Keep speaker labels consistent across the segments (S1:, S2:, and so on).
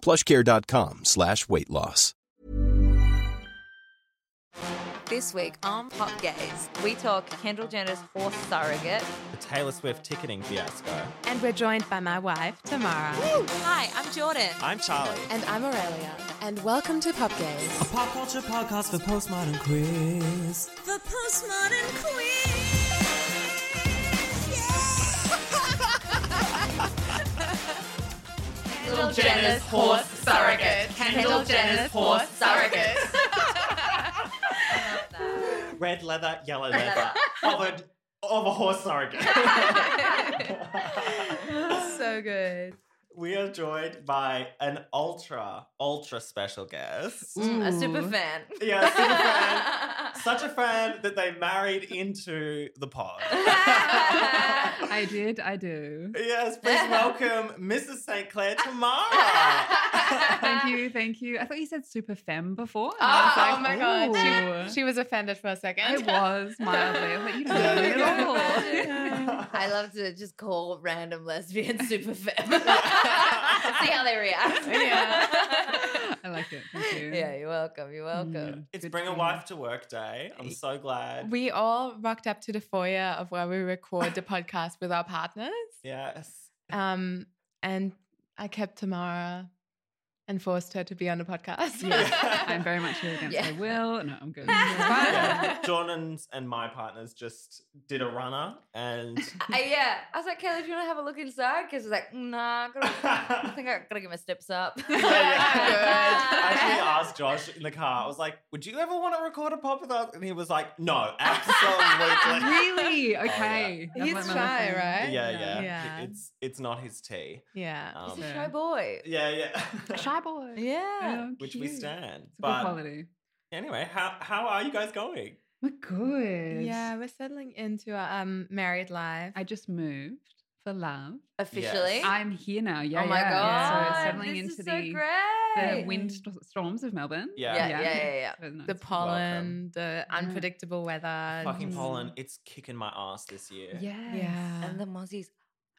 S1: plushcare.com slash weight loss.
S2: This week on Pop Gaze, we talk Kendall Jenner's horse surrogate,
S3: The Taylor Swift ticketing fiasco.
S4: And we're joined by my wife, Tamara.
S2: Hi, I'm Jordan.
S3: I'm Charlie.
S4: And I'm Aurelia. And welcome to Pop Gaze.
S5: A pop culture podcast for postmodern queers.
S2: The postmodern queen. Kendall Jenner's horse surrogate. Kendall Jenner's horse surrogate.
S3: Red leather, yellow leather. of, a, of a horse surrogate.
S4: So good.
S3: we are joined by an ultra, ultra special guest.
S2: Mm, A super fan.
S3: Yeah, super fan. Such a fan that they married into the pod.
S4: I did, I do.
S3: yes, please welcome Mrs. St. Clair Tamara.
S6: Thank you, thank you. I thought you said super femme before. and
S4: Oh,
S6: I was
S4: my
S6: like,
S4: god.
S6: "Ooh."
S4: She, she was offended for a second.
S6: I was mildly. I was like, you don't
S3: Yeah,
S6: know me at all.
S2: I love to just call random lesbians super femme. See how they react.
S4: Yeah.
S6: I like it. Thank you.
S2: Yeah, you're welcome. You're welcome.
S6: Mm,
S3: it's
S6: good
S3: Bring a
S6: thing.
S3: Wife to Work Day. I'm so glad.
S4: We all rocked up to the foyer of where we record the podcast with our partners.
S3: yes.
S4: Um, and I kept Tamara and forced her to be on the podcast.
S3: Yeah.
S6: Mm. I'm very much here against
S2: Yeah.
S6: my will. No, I'm good.
S3: Yeah. Jordan's and my partners just did a runner and
S2: I, yeah. I was like, Kayla, do you want to have a look inside? Because was like, nah, I gotta- I think I gotta get my steps up.
S3: Yeah, yeah. I actually asked Josh in the car, I was like, would you ever want to record a pop with us? And he was like, no, absolutely.
S6: really? Okay. I've
S4: He's
S6: learnt my
S4: shy,
S6: lesson.
S4: right?
S3: yeah, yeah.
S4: Yeah.
S3: It's it's not his tea.
S4: Yeah.
S2: He's
S3: Um,
S2: a shy boy.
S3: yeah, yeah.
S6: Shy boy.
S2: Yeah.
S6: Oh,
S3: Which we
S6: cute.
S3: stand.
S6: It's a good
S3: But
S6: quality.
S3: anyway, how how are you guys going?
S6: We're good.
S4: Yeah, we're settling into our um, married life.
S6: I just moved for love.
S2: Officially.
S6: I'm here now. Yeah.
S2: Eh? oh my
S6: yeah.
S2: god.
S6: So settling
S2: this
S6: into
S2: is so
S6: the the
S2: great.
S6: wind st- storms of Melbourne.
S3: Yeah.
S2: Yeah, yeah, yeah, yeah.
S6: So nice.
S4: the pollen, the
S6: Yeah.
S4: unpredictable weather.
S3: Fucking
S4: Mm.
S3: pollen, it's kicking my ass this year.
S6: Yes.
S4: Yeah.
S2: And the mozzies.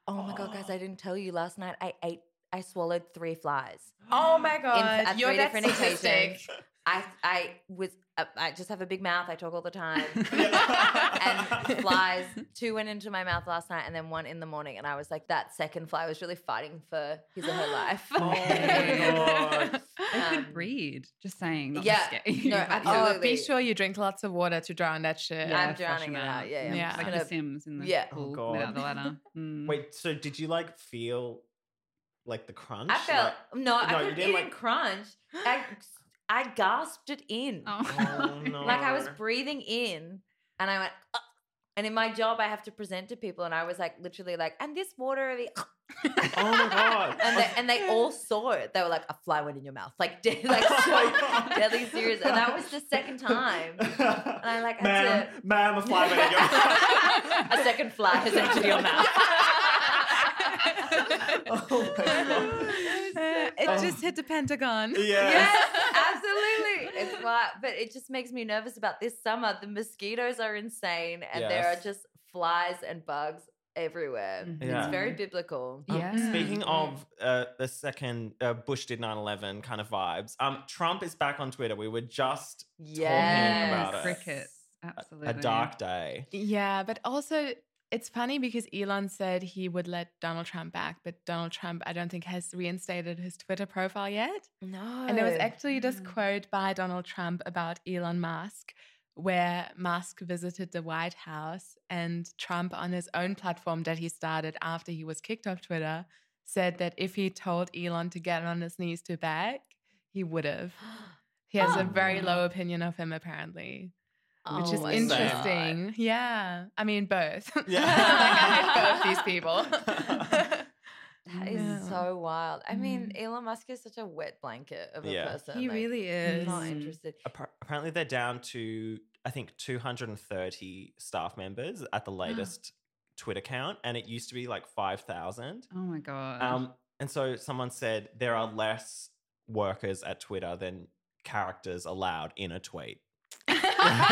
S2: Oh my god, guys, I didn't tell you last night. I ate. I swallowed three flies.
S4: oh my
S2: God,
S4: god,
S2: you're
S4: you're
S2: that
S4: that
S2: statistic.
S4: statistic.
S2: I I was. uh, I just have a big mouth. I talk all the time.
S3: Yeah.
S2: and flies. Two went into my mouth last night, and then one in the morning. And I was like, that second fly was really fighting for his or her life.
S3: Oh my god.
S6: They
S2: Um,
S6: could breed. Just saying. Not
S2: yeah.
S6: yeah.
S2: No,
S4: Oh,
S2: Absolutely.
S4: be sure you drink lots of water to drown that shit.
S2: Yeah.
S4: Yeah.
S2: I'm drowning it out. Yeah,
S4: yeah, I'm just
S6: Like
S2: gonna-
S6: the Sims in the
S2: Yeah.
S6: pool
S3: Oh, God.
S6: without the ladder. Mm.
S3: Wait, so did you like feel like the crunch?
S2: I felt
S3: Like-
S2: no.
S3: No,
S2: I couldn't
S3: you didn't,
S2: eat
S3: like-
S2: in crunch. I I gasped it in.
S3: Oh,
S6: Oh.
S3: no.
S2: Like I was breathing in, and I went. "Ugh." And in my job, I have to present to people, and I was like, literally, like, and this water, the
S3: Oh my god.
S2: and they, and they all saw it. They were like, a fly went in your mouth, like, dead, like
S3: Oh
S2: so deadly serious. And that was the second time. And I like
S3: Ma'am,
S2: had
S3: ma'am, a fly went in your
S2: to, a second fly has entered your mouth.
S3: Oh my god.
S4: it
S2: Oh.
S4: just hit the Pentagon.
S3: Yeah.
S2: Yes, absolutely. It's why, but it just makes me nervous about this summer. The mosquitoes are insane, and there are
S3: Yes.
S2: just flies and bugs everywhere. It's
S3: Yeah.
S2: very biblical.
S6: Yeah.
S3: Um, speaking
S2: Mm.
S3: of uh, the second uh, Bush did 9 11 kind of vibes, um, Trump is back on Twitter. We were just
S2: Yes.
S3: about it.
S6: Cricket. Absolutely.
S3: a dark day.
S4: Yeah, but also It's funny because Elon said he would let Donald Trump back, but Donald Trump, I don't think, has reinstated his Twitter profile yet.
S2: No.
S4: And there was actually this quote by Donald Trump about Elon Musk, where Musk visited the White House and Trump, on his own platform that he started after he was kicked off Twitter, said that if he told Elon to get on his knees to beg, he would have. He has a
S2: Oh.
S4: very low opinion of him, apparently, which is
S2: Oh my
S4: interesting. Yeah. I mean, both.
S3: Yeah.
S4: like, I hate both these people.
S6: Mm.
S2: God. That is
S4: Yeah.
S2: so wild. I mean, Elon Musk is such a wet blanket of
S3: Yeah.
S2: a person.
S4: he
S2: like,
S4: really
S2: I'm
S4: is.
S2: not
S6: Mm.
S2: interested.
S3: Appar- Apparently, they're down to I think 230 staff members at the latest Twitter count, and it used to be like 5,000.
S6: Oh my god.
S3: Um, and so someone said there are less workers at Twitter than characters allowed in a tweet.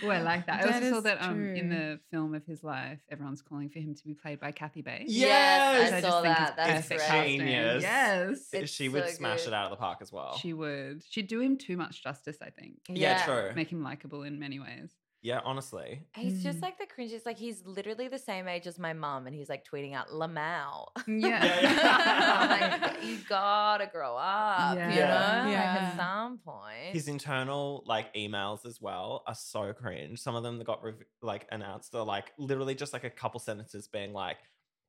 S6: Well, I like that. I
S4: That
S6: also saw
S4: is
S6: that um, in
S4: true.
S6: the film of his life, everyone's calling for him to be played by Kathy Bates.
S2: Yes,
S6: Which
S2: I
S6: just
S2: saw
S6: think is
S2: that. That's
S6: perfect
S3: great.
S6: casting.
S3: Genius.
S6: Yes.
S3: Th-
S2: It's
S3: she would
S2: so
S3: smash
S2: good.
S3: it out of the park as well.
S6: She would. She'd do him too much justice, I think.
S3: yeah, true.
S6: Make him likable in many ways.
S3: yeah, honestly.
S2: He's just
S4: Mm.
S2: like the cringiest. Like he's literally the same age as my mum, and he's like tweeting out Lamau.
S6: Yeah.
S3: Yeah,
S2: like you gotta grow up,
S6: Yeah.
S2: you
S3: Yeah.
S2: know. Like
S4: Yeah.
S2: at some point,
S3: His internal like emails as well are so cringe. Some of them that got rev- like announced are like literally just like a couple sentences being like,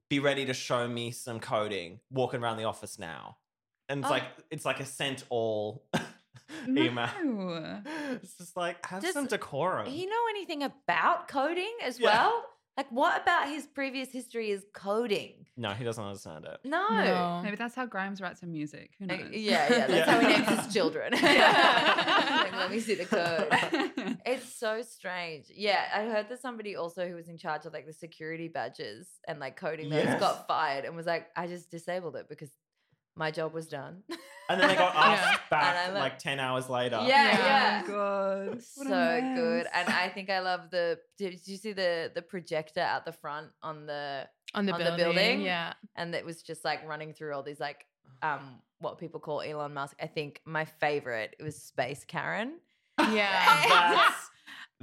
S3: "Be ready to show me some coding." Walking around the office now, and it's
S2: Oh.
S3: like it's like a sent all email.
S6: No.
S3: It's just like have
S2: Does
S3: some decorum.
S2: he know anything about coding as
S3: Yeah.
S2: well? Like what about his previous history is coding?
S3: no, he doesn't understand it.
S2: No.
S4: No.
S6: Maybe that's how Grimes writes her music. Who
S2: Uh,
S6: knows?
S2: Yeah, yeah, that's how he names his children. Like, let me see
S6: Oh
S2: the code. It's so strange. Yeah, I heard that somebody also who was in charge of like the security badges and like coding those
S3: Yes.
S2: got fired and was like, I just disabled it because my job was done.
S3: And then they got
S4: Yeah.
S3: asked back
S2: And I'm a-
S3: like ten hours later.
S2: Yeah,
S4: Yeah.
S2: yeah.
S6: Oh god. What a
S2: so good.
S6: mess.
S2: And I think I love the did did you see the the projector at the front on the
S4: On the
S2: On the building?
S4: building. Yeah.
S2: and it was just like running through all these like um what people call Elon Musk. I think my favorite it was Space Karen.
S4: Yeah.
S3: that's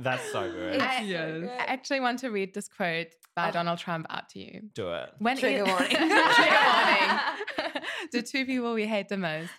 S3: that's so good.
S4: I- I
S2: yes.
S4: actually want to read this quote by
S2: Oh.
S4: Donald Trump out to you.
S3: Do it.
S4: When
S2: Trigger warning.
S4: Trigger warning. the two people we hate the most.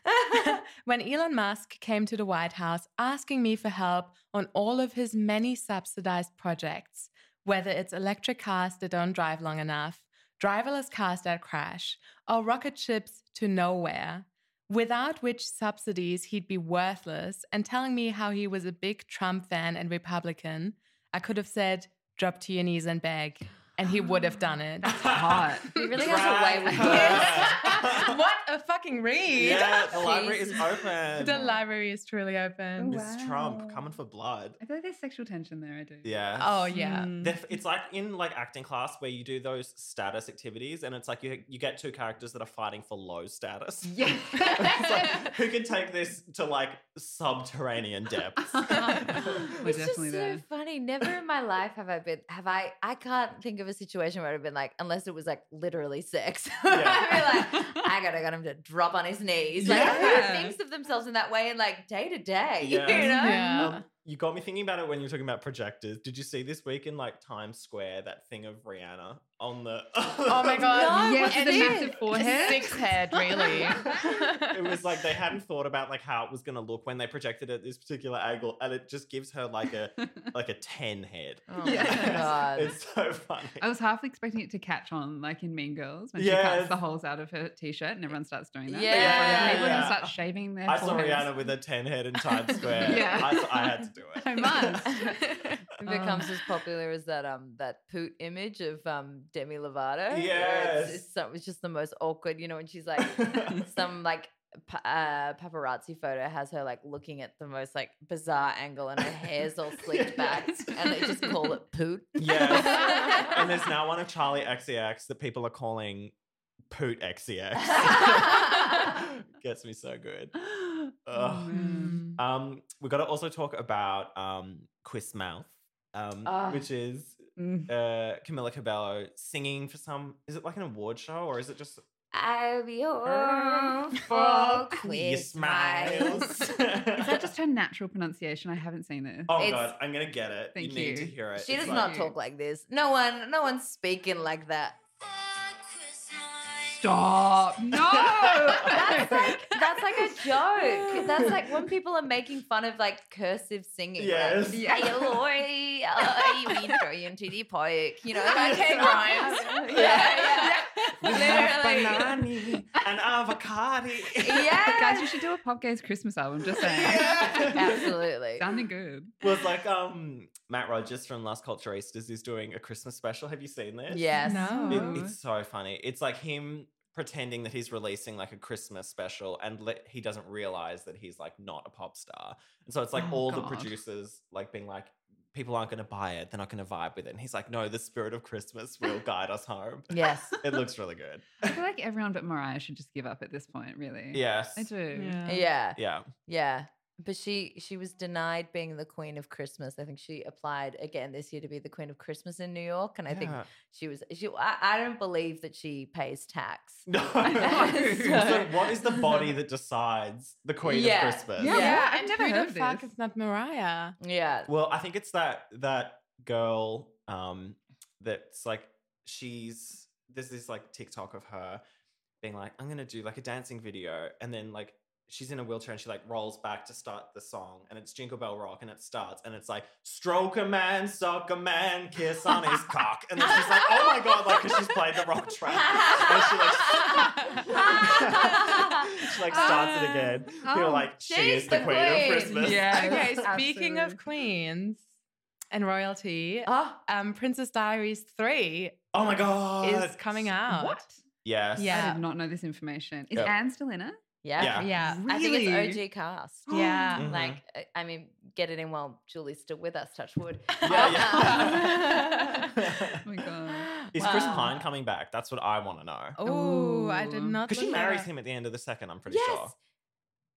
S4: When Elon Musk came to the White House asking me for help on all of his many subsidized projects, whether it's electric cars that don't drive long enough, driverless cars that crash, or rocket ships to nowhere, without which subsidies he'd be worthless, and telling me how he was a big Trump fan and Republican, I could have said, drop to your knees and beg, and he would have done it.
S6: hot.
S2: He really has a way with
S3: Drag
S2: words.
S3: her.
S4: what a fucking read.
S3: Yeah, the library is
S2: Jesus.
S3: open.
S4: The library is truly open.
S6: Oh,
S3: It's Trump
S6: Wow.
S3: coming for blood.
S6: I feel like there's sexual tension there, I do.
S3: Yeah.
S4: Oh yeah.
S6: Mm.
S3: They're f- It's like in like acting class where you do those status activities, and it's like you you get two characters that are fighting for low status.
S6: Yeah.
S3: it's like who can take this to like subterranean depths?
S6: We're
S2: it's just
S6: definitely
S2: so
S6: there.
S2: funny. Never in my life have I been have I I can't think of a situation where I've been like, unless it was like literally sex. I'd be like,
S6: "Um,
S2: I gotta get him to drop on his knees. Like
S6: Yeah.
S2: who thinks of themselves in that way and like day to day? You
S3: Yeah.
S2: know?
S4: Yeah.
S3: Um, you got me thinking about it when you were talking about projectors. Did you see this week in like Times Square that thing of Rihanna on the?
S4: Oh my
S2: No,
S4: god.
S6: Yes,
S4: And
S6: with a
S4: then
S6: massive forehead.
S4: Six head, really.
S3: it was like they hadn't thought about like how it was going to look when they projected it at this particular angle and it just gives her like a like a 10 head
S2: Oh
S6: Yes.
S2: my god.
S3: it's so funny
S6: I was half expecting it to catch on, like in Mean Girls, when she
S3: Yes.
S6: cuts the holes out of her t-shirt and everyone starts doing that.
S2: Yeah,
S6: They just, like,
S3: yeah,
S6: people
S3: yeah.
S6: start shaving their.
S3: i saw
S6: foreheads.
S3: rihanna with a 10 head in times square
S6: Yeah.
S3: I, s- I had to do it
S6: I must.
S2: it becomes as popular as that um that poot image of um Demi Lovato. where
S3: Yes.
S2: it's, it's, so, it's just the most awkward. You know when she's like some like pa- uh, paparazzi photo has her like looking at the most like bizarre angle and her hair's all slicked back,
S3: Yes.
S2: and they just call it poot.
S3: yes and there's now one of charlie xex that people are calling poot xex gets me so good
S6: Oh,
S3: Ugh.
S6: man.
S4: Hmm.
S3: um we got to also talk about um quiz mouth um
S2: Ah.
S3: which is
S2: Mm-hmm.
S6: Mm.
S3: uh, Camilla Cabello singing for some. Is it like an award show or is it just
S2: I'll be home for
S3: Queer
S2: Oh, Christmas.
S3: Is
S6: Is that just her natural pronunciation. I haven't seen this.
S3: Oh
S2: It's-
S3: god, I'm gonna get it.
S6: Thank
S3: you need to
S6: you.
S3: hear it.
S2: She
S3: It's
S2: does
S3: like-
S2: not talk like this. No one, no one's speaking like that.
S3: Oh.
S6: Stop. No.
S2: That's like that's like a joke. That's like when people are making fun of like cursive singing.
S3: Yes.
S2: Like, hey, Lori, I we throw you into the park. You know, like
S4: Okay,
S2: it's
S4: Grimes.
S2: not-
S4: Yeah,
S2: Yeah,
S3: We
S2: yeah.
S3: have
S2: Literally.
S3: banani and avocado.
S2: Yeah.
S6: Guys, you should do a Pop Gays Christmas album. Just saying.
S2: Absolutely.
S6: Sounding good.
S3: was like um Matt Rogers from Las Culturistas is doing a Christmas special. Have you seen this?
S2: Yes.
S4: No.
S3: It- it's so funny. It's like him pretending that he's releasing like a Christmas special and le- he doesn't realize that he's like not a pop star. And so it's like
S6: Oh,
S3: all the
S6: God.
S3: producers like being like, people aren't going to buy it. They're not going to vibe with it. And he's like, no, the spirit of Christmas will guide us home.
S2: Yes.
S3: It looks really good.
S6: I feel like everyone but Mariah should just give up at this point, really.
S3: Yes.
S6: I do.
S2: Yeah.
S3: Yeah.
S2: Yeah. But she she was denied being the queen of Christmas. I think she applied again this year to be the queen of Christmas in New York, and I think
S3: Yeah.
S2: she was. She I, I don't believe that she pays tax.
S3: No. so what is the body that decides the queen
S2: Yeah.
S3: of Christmas?
S6: Yeah,
S4: yeah.
S6: what? I've
S4: and
S6: never
S4: who
S6: heard
S4: the
S6: of
S4: fuck
S6: this.
S4: is not Mariah?
S2: Yeah.
S3: Well, I think it's that that girl um that's like she's there's this like TikTok of her being like, I'm gonna do like a dancing video, and then like she's in a wheelchair and she like rolls back to start the song, and it's Jingle Bell Rock, and it starts, and it's like stroke a man, suck a man, kiss on his cock, and then she's like, oh my god, like 'cause she's played the wrong track, and she like she like starts it again. People are
S6: Oh,
S3: like, she
S2: she's
S3: is the
S2: the
S3: queen,
S2: queen.
S3: of Christmas.
S6: Yeah.
S4: Okay, speaking
S6: Absolutely.
S4: of queens and royalty,
S2: Oh,
S3: Ah.
S4: um, Princess Diaries 3
S3: Oh my god,
S4: is coming out.
S6: What?
S3: Yes.
S4: Yeah.
S6: I did not know this information. Is
S3: Yep.
S6: Anne still in it?
S2: yeah.
S3: Yeah.
S4: Yeah.
S2: I think it's OG cast. Uh,
S4: Yeah.
S3: Mhm.
S2: Like, I- I mean, get it in while Julie's still with us, touch wood. Um,
S3: Yeah, yeah.
S6: Oh my god.
S3: Is Chris
S2: Wow.
S3: Pine coming back? That's what I want to know.
S4: Oh, I did
S6: Ooh.
S4: not.
S3: Because she
S4: look that
S3: marries
S4: up.
S3: him at the end of the second, I'm pretty
S2: yes.
S3: sure.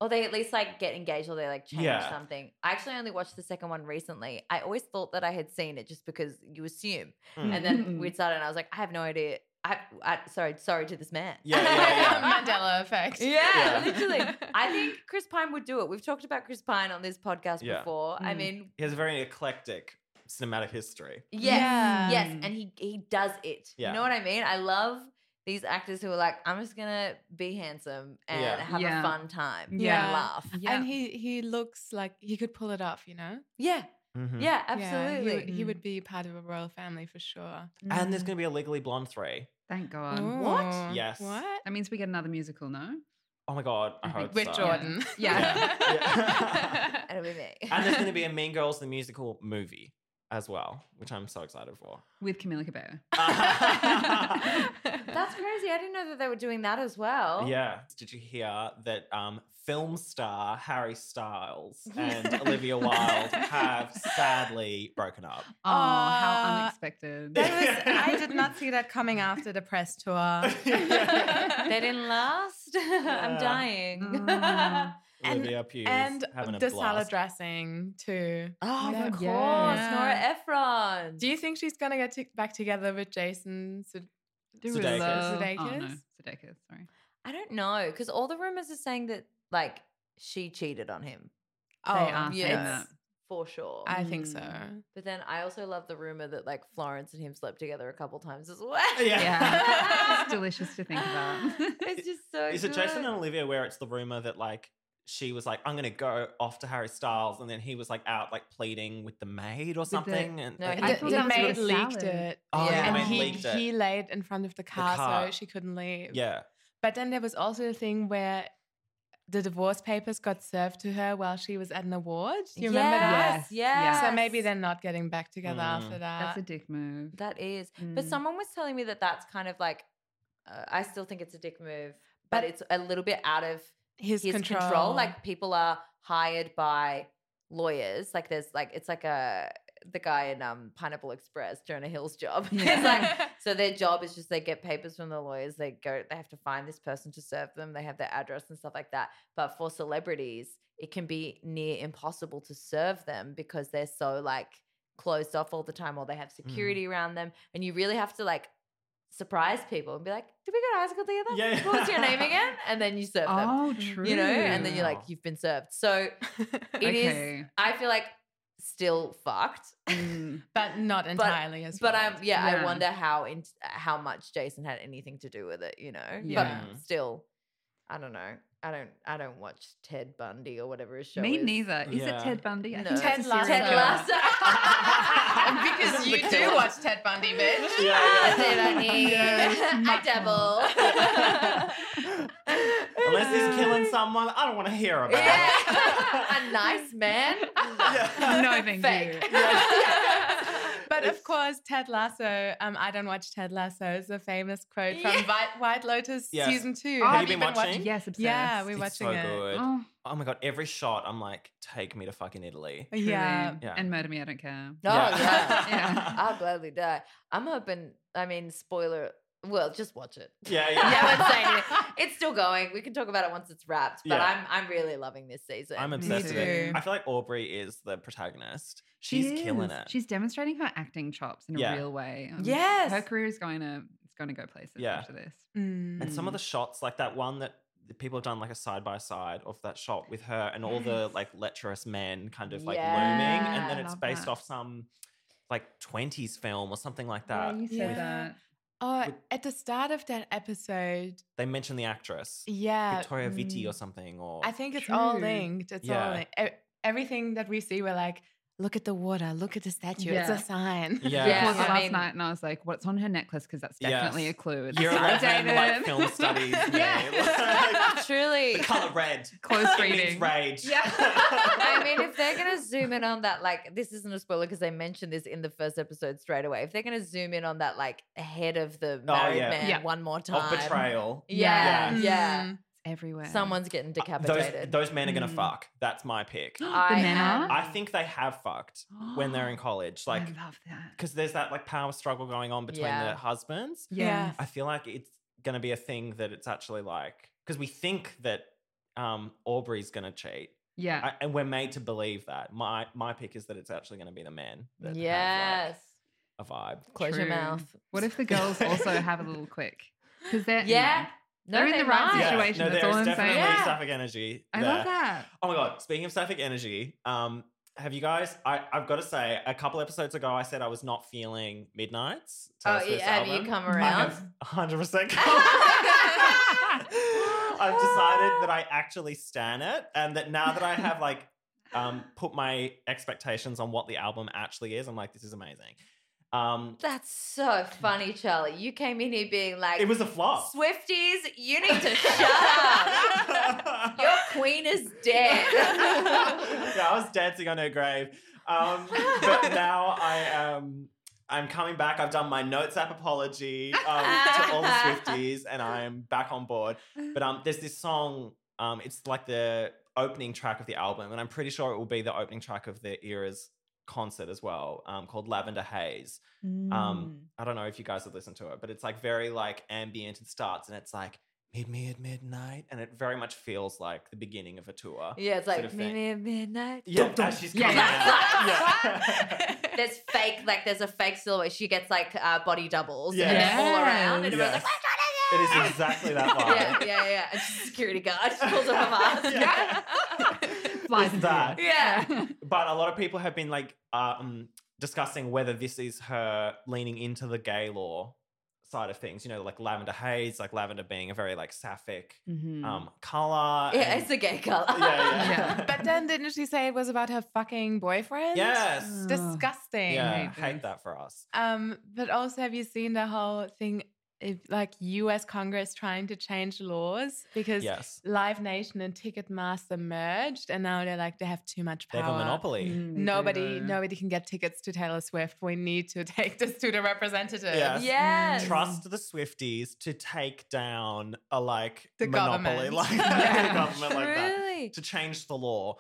S2: Or they at least like get engaged or they like change
S3: Yeah.
S2: something. I actually only watched the second one recently. I always thought that I had seen it just because you assume.
S3: Mm.
S2: And then
S6: Mm.
S2: we'd started and I was like, I have no idea. I, I sorry, sorry to this man.
S3: Yeah, yeah, yeah.
S4: Mandela effect.
S2: Yeah,
S3: Yeah.
S2: literally. I think Chris Pine would do it. We've talked about Chris Pine on this podcast
S3: Yeah.
S2: before. I
S4: Mm.
S2: mean,
S3: He has a very eclectic cinematic history.
S2: yes,
S4: Yeah.
S2: yes, and he he does it. You
S3: Yeah.
S2: know what I mean? I love these actors who are like, I'm just gonna be handsome and
S3: Yeah.
S2: have
S6: Yeah. Mm.
S2: a fun time
S4: Yeah.
S2: and laugh.
S6: Yeah.
S4: And he he looks like he could pull it off, you know.
S2: Yeah,
S3: Mm-hmm.
S2: yeah, absolutely.
S4: Yeah, he, would- he
S6: Mm.
S4: would be part of a royal family for sure.
S3: And there's
S6: Mm.
S3: going to be a Legally Blonde 3.
S6: Thank God.
S4: Ooh,
S3: Yes.
S4: What?
S6: That means we get another musical, no?
S3: Oh my God, I
S6: I think
S3: hope
S4: With
S3: so.
S4: Jordan.
S6: Yeah.
S3: Yeah. Yeah.
S2: It'll be me.
S3: And there's going to be a Mean Girls the Musical movie as well, which I'm so excited for.
S6: With Camila Cabello.
S2: That's crazy. I didn't know that they were doing that as well.
S3: Yeah. Did you hear that um, film star Harry Styles and Olivia Wilde have sadly broken up?
S6: Oh, how
S4: Uh,
S6: unexpected.
S4: That was, I did not see that coming after the press tour.
S2: They didn't last. I'm
S3: Yeah.
S2: dying.
S6: Mm.
S4: And-
S3: Olivia Pugh
S4: and
S3: having a
S4: the salad
S3: blast.
S4: dressing too.
S2: Oh,
S6: Yeah.
S2: of course,
S6: Yeah.
S3: e
S2: Nora Ephron.
S4: Do you think she's gonna get to- back together with Jason? Sud-
S6: Do
S3: Sudeikis.
S6: Oh, no.
S2: Uh,
S4: Sudeikis?
S6: Sudeikis, sorry.
S2: I don't know because all the rumors are saying that like she cheated on him.
S4: oh,
S6: are saying
S4: yes.
S6: that.
S2: for sure.
S4: I think so.
S6: Mm.
S2: but then I also love the rumor that like Florence and him slept together a couple times as well.
S3: Yeah.
S6: Yeah. it's delicious to think about.
S2: it's just so.
S3: Is it Jason
S2: good.
S3: and Olivia where it's the rumor that like she was like, I'm gonna go off to Harry Styles, and then he was like out like pleading with the maid or
S6: the-
S3: something? and
S2: No,
S3: I
S2: he
S3: think-
S4: The,
S2: thought
S4: the
S2: that was
S4: maid
S2: with
S6: a
S4: leaked
S6: salad.
S4: it.
S3: Oh,
S2: Yeah.
S3: yeah,
S4: and
S3: the maid
S4: he,
S3: leaked it.
S4: he laid in front of the car, so
S3: car.
S4: she couldn't leave.
S3: yeah,
S4: But then there was also the thing where the divorce papers got served to her while she was at an award. Do you remember that?
S2: yes,
S6: Yes, yes.
S2: Yes.
S4: So maybe they're not getting back together
S3: Mm.
S4: after
S6: That's
S4: that.
S6: a dick move.
S2: That is. But
S6: Mm.
S2: someone was telling me that that's kind of like. Uh, I still think it's a dick move, but
S4: But-
S2: it's a little bit out of
S4: his,
S2: his control. Like people are hired by lawyers. Like there's like it's like a the guy in um Pineapple Express, Jonah Hill's job.
S6: Yeah.
S2: it's like so their job is just they get papers from the lawyers. They go they have to find this person to serve them. They have their address and stuff like that. But for celebrities, it can be near impossible to serve them because they're so like closed off all the time or they have security around them and you really have to like surprise people and be like, "Did we get an article together?
S3: Yeah, yeah.
S2: What was your name again?" And then you serve them,
S6: Oh, true.
S2: you know, and then you're like, "You've been served." So it is.
S6: Okay.
S2: I feel like still fucked,
S6: Mm.
S4: but not entirely as well.
S2: but I'm yeah,
S6: Yeah.
S2: I wonder how in, how much Jason had anything to do with it, you know.
S6: Yeah.
S2: But still, I don't know. I don't I don't watch Ted Bundy or whatever his show
S6: Me
S2: is.
S6: neither. Is
S3: Yeah.
S6: it Ted Bundy? I
S2: No.
S6: think it's a
S4: Ted Lasso.
S6: serial
S2: Ted
S4: Yeah.
S6: killer.
S2: Lasso.
S4: because you do watch Ted Bundy, bitch.
S3: Yeah,
S2: Ah,
S3: yeah.
S2: Ted Bundy.
S6: Yes,
S2: I
S6: much
S2: dabble.
S3: Unless he's killing someone, I don't want to hear about it.
S2: Yeah. A nice man.
S3: Yeah.
S6: Oh, No, thank
S2: Fake.
S6: you.
S4: But of course, Ted Lasso. Um, I don't watch Ted Lasso. Is a famous quote from
S2: Yeah.
S4: Vi- White Lotus
S3: Yes.
S4: season two.
S6: Oh,
S3: Have you been watching?
S6: Yes, obsessed.
S4: Yeah, we- We're
S3: It's
S4: watching
S3: so
S4: it.
S3: good. Oh.
S6: Oh,
S3: my god, every shot, I'm like, take me to fucking Italy.
S4: it? Yeah.
S6: truly.
S3: Yeah.
S6: And murder me, I don't care.
S2: No, yeah.
S6: Yeah.
S2: I'll gladly die. I'm hoping, I mean, spoiler. Well, just watch it.
S3: Yeah, yeah.
S2: yeah, I won't say anything. It's still going. We can talk about it once it's wrapped. But
S3: Yeah.
S2: I'm I'm really loving this season.
S3: I'm
S6: Me
S3: obsessed with it.
S4: too.
S3: I feel like Aubrey is the protagonist.
S6: She
S3: She's killing
S6: is.
S3: it.
S6: She's demonstrating her acting chops in
S3: Yeah.
S6: a real way. Um,
S2: Yes.
S6: her career is going to it's going to go places
S3: Yeah.
S6: after this.
S4: Mm.
S3: and some of the shots, like that one that the people have done like a side by side of that shot with her and all the
S6: Yes.
S3: like lecherous men kind of like looming.
S2: Yeah,
S3: And then
S6: I
S3: it's
S6: love
S3: based
S6: that.
S3: off some like 20s film or something like that.
S6: you said
S4: Yeah.
S6: that.
S4: Oh,
S3: With-
S4: at the start of that episode,
S3: They mention the actress,
S4: yeah,
S3: Victoria Vitti or
S4: mm,
S3: something. Or
S4: I think it's all
S6: True.
S4: linked. It's all
S3: Yeah.
S4: linked. E- everything that we see, we're like, look at the water, look at the statue.
S6: Yeah.
S4: It's a sign.
S3: Yeah.
S6: I
S2: Yeah.
S6: was
S2: I
S6: last
S2: mean-
S6: night and I was like, what's on her necklace? Because that's definitely
S3: Yes.
S6: a clue. It's
S3: Year
S6: so
S3: 11, like
S6: dated.
S3: film studies. yeah.
S6: Yeah.
S2: Truly.
S3: the color red.
S6: Close
S3: It means
S6: reading.
S3: rage.
S2: I mean, if they're going to zoom in on that, like, this isn't a spoiler because they mentioned this in the first episode straight away. If they're going to zoom in on that, like, head of the
S3: Oh,
S2: married
S3: yeah.
S2: man
S6: Yeah.
S2: one more time.
S3: of betrayal.
S2: Yeah. Yeah.
S4: Mm.
S6: everywhere.
S2: Someone's getting
S3: Uh,
S2: decapitated.
S3: Those, those men are gonna
S6: Mm.
S3: fuck. That's my pick.
S6: the
S2: I
S6: men are.
S2: am-
S3: I think they have fucked when they're in college. Like,
S6: I love that.
S3: because there's that like power struggle going on between
S2: Yeah.
S3: the husbands.
S4: Yeah.
S3: I feel like it's gonna be a thing that it's actually like because we think that um Aubrey's gonna cheat,
S6: Yeah.
S3: I, and we're made to believe that. My my pick is that it's actually gonna be the men. That have, like,
S2: yes.
S3: a vibe.
S2: Close your
S6: True.
S2: mouth.
S6: What if the girls also have a little quick? Because they're
S2: Yeah. No,
S6: They're in
S2: they
S6: the right
S2: might.
S6: situation.
S3: no,
S6: that's
S3: there's
S6: all I'm saying.
S3: definitely
S2: Yeah.
S3: sapphic energy.
S6: I love
S3: there.
S6: that.
S3: Oh my god! Speaking of sapphic energy, um, have you guys? I I've got to say, a couple episodes ago, I said I was not feeling Midnight's. Taylor
S2: Oh, yeah,
S3: Swift's
S2: have you
S3: album.
S2: come
S6: I
S2: around?
S6: have-
S3: hundred percent. I've decided that I actually stan it, and that now that I have like um, put my expectations on what the album actually is, I'm like, this is amazing. Um,
S2: That's so funny, Charlie. You came in here being like,
S3: it was a flop.
S2: Swifties, you need to shut up. Your queen is dead.
S3: yeah, I was dancing on her grave. Um, but now I am. I'm coming back. I've done my notes app apology um, to all the Swifties, and I'm back on board. But um, there's this song. Um, it's like the opening track of the album, and I'm pretty sure it will be the opening track of the era's concert as well. Um, called Lavender Haze. Um, I don't know if you guys have listened to it, but it's like very like ambient and starts, and it's like meet me at midnight, and it very much feels like the beginning of a tour.
S2: yeah, it's like
S3: Sort of
S2: "Meet
S3: thing.
S2: me at midnight.
S3: Yeah, as she's
S6: Yeah,
S3: coming out. Yeah.
S2: There's fake, like there's a fake silhouette. She gets like uh, body doubles and
S3: Yes.
S2: they're all around, and
S3: Yes.
S2: everyone's like, "What's
S3: It
S2: going on here?"
S3: is exactly that vibe.
S2: yeah, yeah, yeah. And she's a security guard. She pulls up her mask.
S3: Yeah.
S6: Flies
S3: It's
S6: into the
S3: that.
S6: air.
S2: Yeah.
S3: But a lot of people have been like um, discussing whether this is her leaning into the gay law side of things. You know, like lavender haze, like lavender being a very like sapphic
S6: Mhm.
S3: um, color.
S2: Yeah, it's a gay color.
S3: yeah, yeah.
S6: Yeah.
S4: But then didn't she say it was about her fucking boyfriend?
S3: Yes.
S4: Disgusting.
S3: Yeah,
S6: hate
S3: hate
S6: this.
S3: that for us.
S4: Um, but also, have you seen the whole thing, if, like U.S. Congress trying to change laws because
S3: Yes.
S4: Live Nation and Ticketmaster merged, and now they're like they have too much
S3: They
S4: power.
S3: have a monopoly.
S6: Mm, they
S4: Nobody,
S6: do.
S4: nobody can get tickets to Taylor Swift. We need to take this to the representative.
S3: Yes.
S2: Yes.
S3: Trust the Swifties to take down a like
S4: The
S3: monopoly,
S4: government.
S3: like
S4: Yeah.
S3: the government like that.
S2: Truly.
S3: to change the law.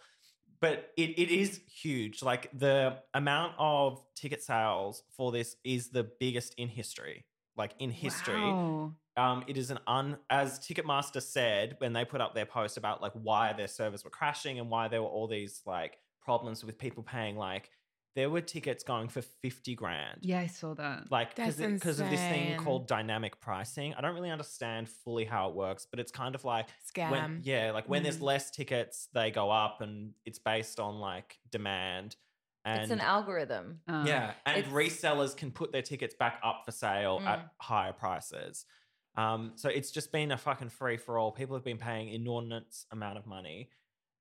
S3: But it, it is huge. Like the amount of ticket sales for this is the biggest in history. Like in history.
S6: Wow.
S3: Um, it is an un as Ticketmaster said when they put up their post about like why their servers were crashing and why there were all these like problems with people paying like there were tickets going for 50 grand.
S6: Yeah, I saw that.
S3: Like, because
S4: That's
S3: of this thing
S4: insane.
S3: called dynamic pricing. I don't really understand fully how it works, but it's kind of like
S4: Scam.
S3: when, yeah, like when there's
S4: Mm.
S3: less tickets, they go up and it's based on like demand. And
S2: it's an algorithm.
S6: Um,
S3: yeah, and
S2: It's-
S3: resellers can put their tickets back up for sale at higher prices. Um, so it's just been a fucking free for all. People have been paying inordinate amount of money,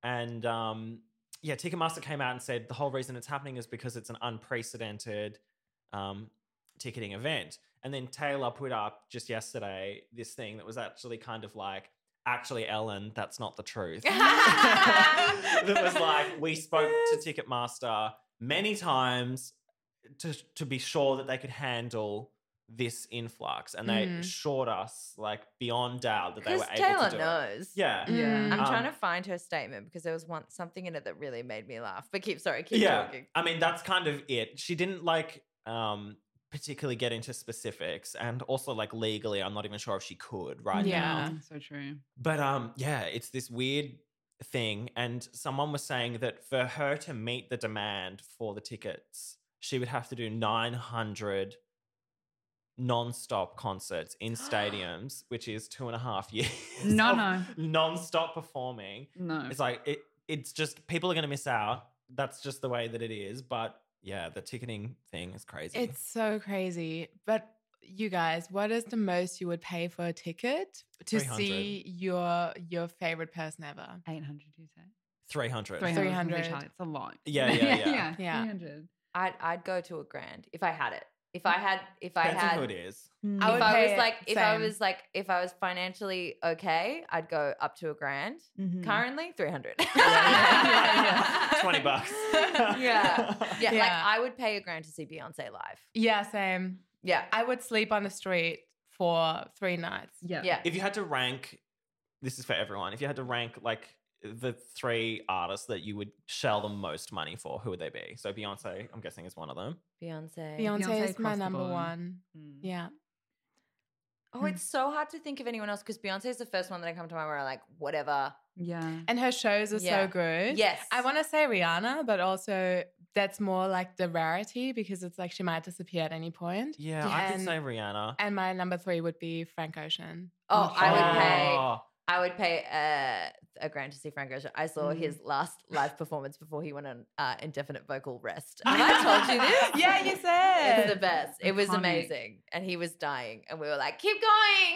S3: and um, yeah, Ticketmaster came out and said the whole reason it's happening is because it's an unprecedented um, ticketing event. And then Taylor put up just yesterday this thing that was actually kind of like, actually, Ellen, that's not the truth that was like we spoke to Ticketmaster many times to to be sure that they could handle this influx, and they
S4: Mhm.
S3: assured us like beyond doubt that they
S2: Because
S3: were able
S2: Mm-hmm.
S3: to
S2: Taylor
S3: do it.
S2: knows.
S3: Yeah,
S6: Yeah.
S2: I'm trying
S3: Um,
S2: to find her statement because there was once something in it that really made me laugh. But keep sorry, keep
S3: yeah.
S2: talking.
S3: I mean, that's kind of it. She didn't like um particularly get into specifics, and also like legally, I'm not even sure if she could right
S4: Yeah.
S3: now.
S4: now.
S6: So true.
S3: But um, yeah, it's this weird thing, and someone was saying that for her to meet the demand for the tickets, she would have to do 900 non-stop concerts in stadiums, which is two and a half years.
S6: No,
S3: of
S6: no.
S3: non-stop performing.
S6: No.
S3: It's like it. It's just people are going to miss out. That's just the way that it is. But yeah, the ticketing thing is crazy.
S4: It's so crazy. But you guys, what is the most you would pay for a ticket to
S3: 300.
S4: see your your favorite person ever?
S6: 800, you say?
S3: 300.
S6: 300.
S4: 300.
S6: Charlie, It's a lot.
S3: Yeah, yeah, yeah.
S6: yeah.
S4: Yeah.
S6: 300.
S2: I'd I'd go to a grand if I had it. If I had if I
S3: Depends on who
S2: had
S3: it is.
S4: I
S2: if
S4: would
S2: I
S4: pay
S2: was
S4: it,
S2: like if I
S4: same.
S2: was like if I was financially okay, I'd go up to a grand.
S6: Mm. Mm-hmm.
S2: Currently, three hundred.
S3: yeah,
S4: Mm-hmm. yeah, yeah.
S3: 20 bucks.
S2: yeah. yeah, Like
S4: Yeah.
S2: I would pay a grand to see Beyonce live.
S4: Yeah, same.
S2: Yeah,
S4: I would sleep on the street for three nights.
S6: Yeah.
S2: yeah.
S3: if you had to rank this is for everyone if you had to rank like the three artists that you would shell the most money for who would they be so beyonce i'm guessing is one of them
S2: Beyonce.
S4: Beyonce,
S6: Beyonce
S4: is my
S6: across the
S4: number
S6: board.
S4: one.
S6: Mm.
S4: Yeah.
S2: Oh, it's so hard to think of anyone else because Beyonce is the first one that I come to mind where I'm like, whatever.
S6: Yeah.
S4: And her shows are
S2: Yeah.
S4: so good.
S2: Yes.
S4: I want to say Rihanna, but also that's more like the rarity because it's like she might disappear at any point.
S3: yeah i could
S4: And-
S3: say rihanna
S4: And my number three would be Frank Ocean.
S2: Oh, I would pay.
S3: Oh,
S2: I would pay uh, a grand to see Frank Ocean. I saw
S6: Mm.
S2: his last live performance before he went on uh, indefinite vocal rest. Have I told you this?
S4: yeah, you said.
S2: It's the best. It was
S6: Iconic.
S2: amazing, and he was dying, and we were like, "Keep going!"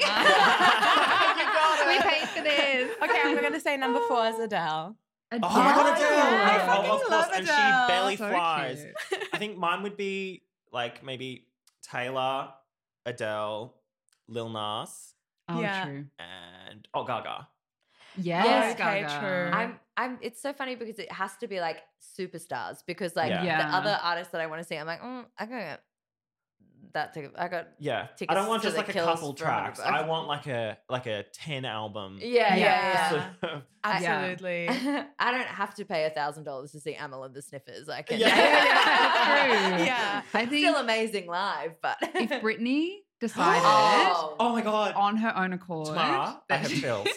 S6: You
S3: got it.
S6: We paid for this.
S4: Okay, I'm gonna say number four is Adele.
S3: oh my god
S4: Adele. I
S3: Adele!
S4: fucking
S3: oh, of course
S4: love
S3: and
S4: Adele.
S3: she barely
S6: So
S3: flies
S6: cute.
S3: i think mine would be like maybe taylor adele lil nas
S6: Oh,
S4: Yeah.
S6: true.
S3: and oh gaga
S6: Yes,
S4: okay,
S6: Gaga.
S4: true.
S2: I'm, I'm. It's so funny because it has to be like superstars because like
S3: Yeah.
S2: the
S6: Yeah.
S2: other artists that I want to see, I'm like, mm, I got that ticket. I got
S3: yeah i
S2: Tickets
S3: don't want
S2: to
S3: just
S2: the
S3: like a
S2: Kills
S3: couple
S2: for a hundred
S3: tracks
S2: bucks.
S3: i want like a like a 10 album
S2: yeah, yeah,
S4: Yeah.
S2: yeah.
S3: sort of
S4: Absolutely.
S2: I don't have to pay a thousand dollars to see Amel and the Sniffers. I can.
S3: Yeah. Yeah,
S4: yeah,
S6: True.
S4: Yeah.
S6: I think
S2: Still amazing live, but
S6: if Britney decided
S2: Oh.
S3: Oh my god.
S6: on her own accord
S3: Tomorrow, I
S6: that
S3: have
S6: she-
S3: chills.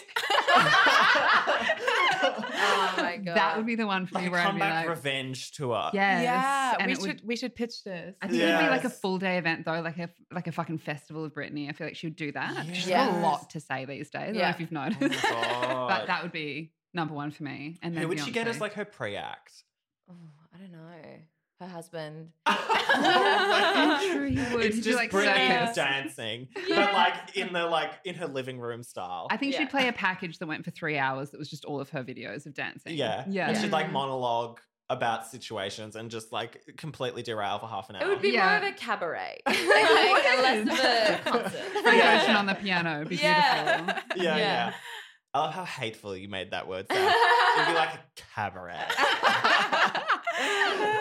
S2: oh my god,
S6: that would be the one for me
S3: like a
S6: where I'd be
S3: comeback
S6: like,
S3: revenge tour.
S6: yes.
S4: Yeah.
S6: and
S4: we
S6: it
S4: should
S6: would-
S4: we should pitch this.
S6: I think it'd be like a
S3: Yes.
S6: full day event though, like a like a fucking festival of Britney. I feel like she would do that. She's got a
S2: Yes.
S6: lot to say these days. I don't know
S2: Yeah.
S6: if you've
S3: Oh my
S6: noticed,
S3: god.
S6: but that would be number one for me. And then
S3: Who would she get
S6: Beyonce.
S3: as like her pre-act?
S2: Oh, I don't know. Her husband.
S6: I'm sure he would.
S3: It's
S6: He'd do,
S3: just
S6: like,
S3: Britney
S4: circus.
S3: dancing,
S6: Yeah.
S3: but like in the like in her living room style.
S6: I think
S2: Yeah.
S6: she'd play a package that went for three hours that was just all of her videos of dancing.
S3: yeah,
S6: Yeah.
S3: And she'd like
S4: Mm.
S3: monologue about situations and just like completely derail for half an hour.
S2: It would be
S6: Yeah.
S2: more of a cabaret, like, and less of a concert.
S6: Frank
S3: Yeah.
S6: Ocean on the piano. Be
S2: Yeah.
S3: yeah,
S6: beautiful.
S2: yeah.
S3: yeah, I love how hateful you made that word sound. It'd be like a cabaret.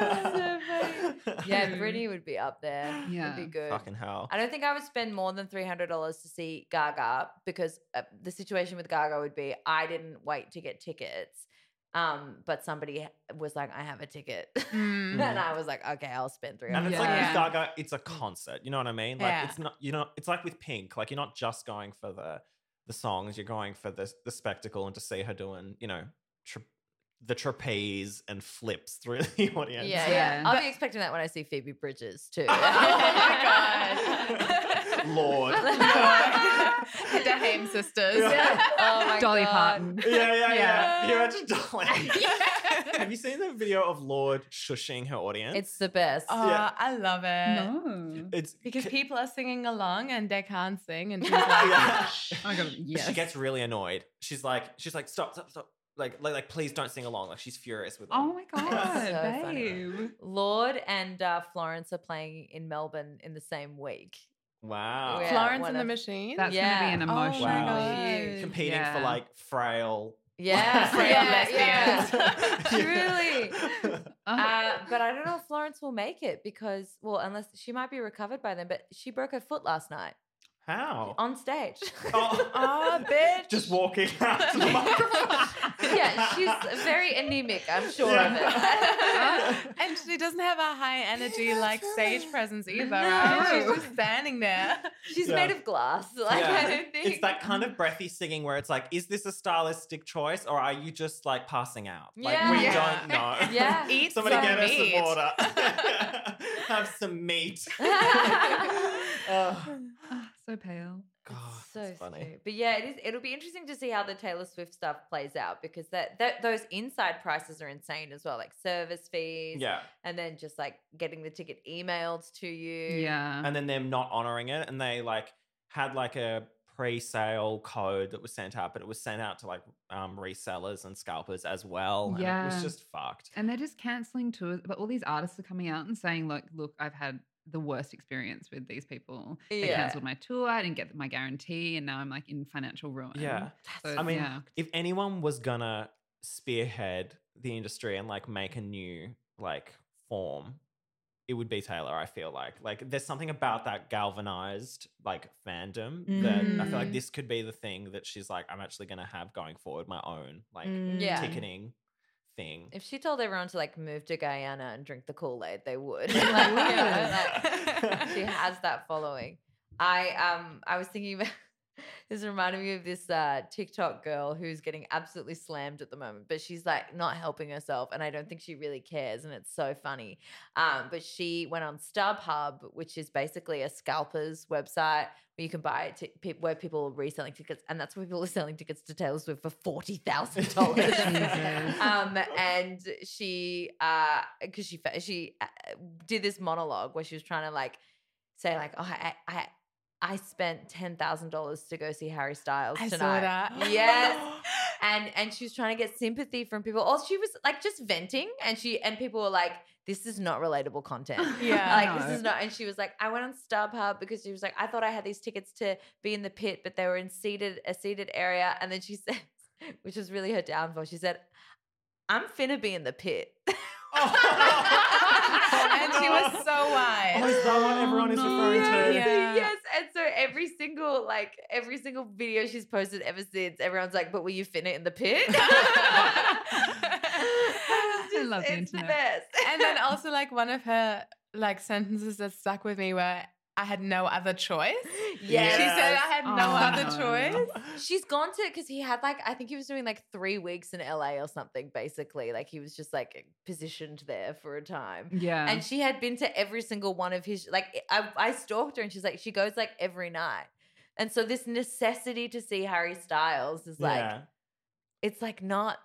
S2: yeah,
S6: Mm.
S2: Britney would be up there.
S6: Yeah.
S2: It'd be good.
S3: Fucking hell.
S2: I don't think I would spend more than three hundred dollars to see Gaga because uh, the situation with Gaga would be I didn't wait to get tickets, um, but somebody h- was like, "I have a ticket,"
S4: Mm.
S2: and I was like, "Okay, I'll spend three
S3: And
S2: hundred
S3: it's
S2: dollars."
S4: Yeah.
S3: like with Gaga, it's a concert. You know what I mean? Like
S4: Yeah.
S3: it's not you know it's like with Pink. Like you're not just going for the the songs. You're going for the the spectacle and to see her doing you know tri- the trapeze and flips through the audience.
S2: Yeah,
S6: Yeah.
S2: yeah. I'll
S4: But- Oh
S2: be expecting that when I see Phoebe Bridges too.
S6: Oh
S4: my
S3: Lord.
S4: the Dahame sisters.
S3: Yeah.
S2: Oh my
S6: Dolly
S2: God.
S6: Parton.
S3: Yeah, yeah,
S4: Yeah.
S3: yeah. You're actually dying.
S4: Yeah.
S3: Have you seen the video of Lord shushing her audience?
S2: It's the best.
S4: Oh,
S3: Yeah.
S4: I love it.
S6: No.
S3: it's
S4: Because
S3: c-
S4: people are singing along and they can't sing, and she's like,
S3: Yeah.
S6: Oh my god, yes.
S3: she gets really annoyed. She's like, she's like, stop, stop, stop. Like, like, like, please don't sing along. Like, she's furious with.
S6: Oh
S3: them.
S6: my
S2: So
S6: god,
S2: funny.
S6: babe.
S2: Lord and uh, Florence are playing in Melbourne in the same week.
S3: Wow.
S2: Yeah,
S4: Florence
S2: one
S4: and the
S2: of-
S4: Machine.
S6: That's
S2: Yeah.
S6: gonna be an
S4: Oh my
S6: emotional
S3: Wow.
S4: God.
S3: Competing
S6: Yeah.
S3: for like frail.
S2: Yeah,
S4: Frail
S2: yeah, yeah.
S3: lesbians.
S2: Truly.
S6: Oh.
S2: Uh, but I don't know if Florence will make it because, well, unless she might be recovered by then, but she broke her foot last night
S3: How?
S2: on stage.
S3: Oh.
S4: Aw, bitch.
S3: Just walking out to the microphone.
S2: yeah, she's very anemic, I'm sure of
S3: Yeah.
S2: it.
S4: and she doesn't have a high energy like stage presence either, right?
S2: No.
S4: She's just standing there.
S2: she's
S3: Yeah.
S2: made of glass. Like,
S3: Yeah.
S2: I don't think.
S3: It's that kind of breathy singing where it's like, is this a stylistic choice or are you just like passing out? Like, we
S4: Yeah.
S3: don't know.
S2: Yeah.
S4: Eat
S3: Somebody
S4: some
S3: get us
S4: meat.
S3: some water. Have some meat. oh,
S6: Ah, so pale.
S3: God,
S2: It's so
S3: that's funny.
S2: scary. But yeah, it is. It'll be interesting to see how the Taylor Swift stuff plays out because that, that those inside prices are insane as well, like service fees,
S3: Yeah.
S2: and then just like getting the ticket emailed to you.
S6: Yeah.
S3: And then them not honoring it. And they like had like a pre sale code that was sent out, but it was sent out to like um, resellers and scalpers as well. And it
S6: Yeah.
S3: was just fucked.
S6: And they're just canceling tours, but all these artists are coming out and saying, "Look, look, I've had the worst experience with these people. They
S2: Yeah.
S6: cancelled my tour. I didn't get my guarantee, and now I'm like in financial ruin."
S3: Yeah.
S6: So,
S3: I mean,
S6: yeah.
S3: if anyone was gonna spearhead the industry and like make a new like form, it would be Taylor. I feel like like there's something about that galvanized like fandom that I feel
S4: Mhm.
S3: like this could be the thing that she's like I'm actually gonna have going forward my own like
S4: Mm.
S2: Yeah.
S3: ticketing thing.
S2: If she told everyone to like move to Guyana and drink the Kool Aid, they would.
S3: They
S2: Like, you know,
S3: would.
S2: like, she has that following. I um I was thinking about this reminded me of this uh, TikTok girl who's getting absolutely slammed at the moment, but she's like not helping herself, and I don't think she really cares, and it's so funny. Um, but she went on StubHub, which is basically a scalper's website where you can buy t- pe- where people are reselling tickets, and that's where people are selling tickets to Taylor Swift for forty thousand dollars
S6: Jesus.
S4: Oh.
S2: um, and she because she fa- she uh, did this monologue where she was trying to like say like oh I I, I spent ten thousand dollars to go see Harry Styles
S4: I
S2: tonight.
S4: saw that.
S2: Yes. And and she was trying to get sympathy from people. Or she was like just venting, and she and people were like, "This is not relatable content."
S4: Yeah.
S2: like
S6: No.
S2: this is not. And she was like, I went on StubHub because she was like, I thought I had these tickets to be in the pit, but they were in seated a seated area. And then she says, which was really her downfall. She said, I'm finna be in the pit.
S4: and she was so wise.
S3: Oh, is that what everyone is
S6: no.
S3: referring to?
S4: Yeah.
S2: Yes, and so every single like every single video she's posted ever since, everyone's like, "But were you finna in the pit?"
S6: I love the
S2: it's
S6: internet.
S2: best.
S4: and then also like one of her like sentences that stuck with me where I had no other choice. She
S2: yes.
S4: said I had no
S6: Oh,
S4: other
S6: no.
S4: choice.
S2: She's gone to because he had like I think he was doing like three weeks in LA or something. Basically, like he was just like positioned there for a time.
S6: Yeah.
S2: And she had been to every single one of his like I, I stalked her and she's like she goes like every night. And so this necessity to see Harry Styles is like
S3: Yeah.
S2: it's like not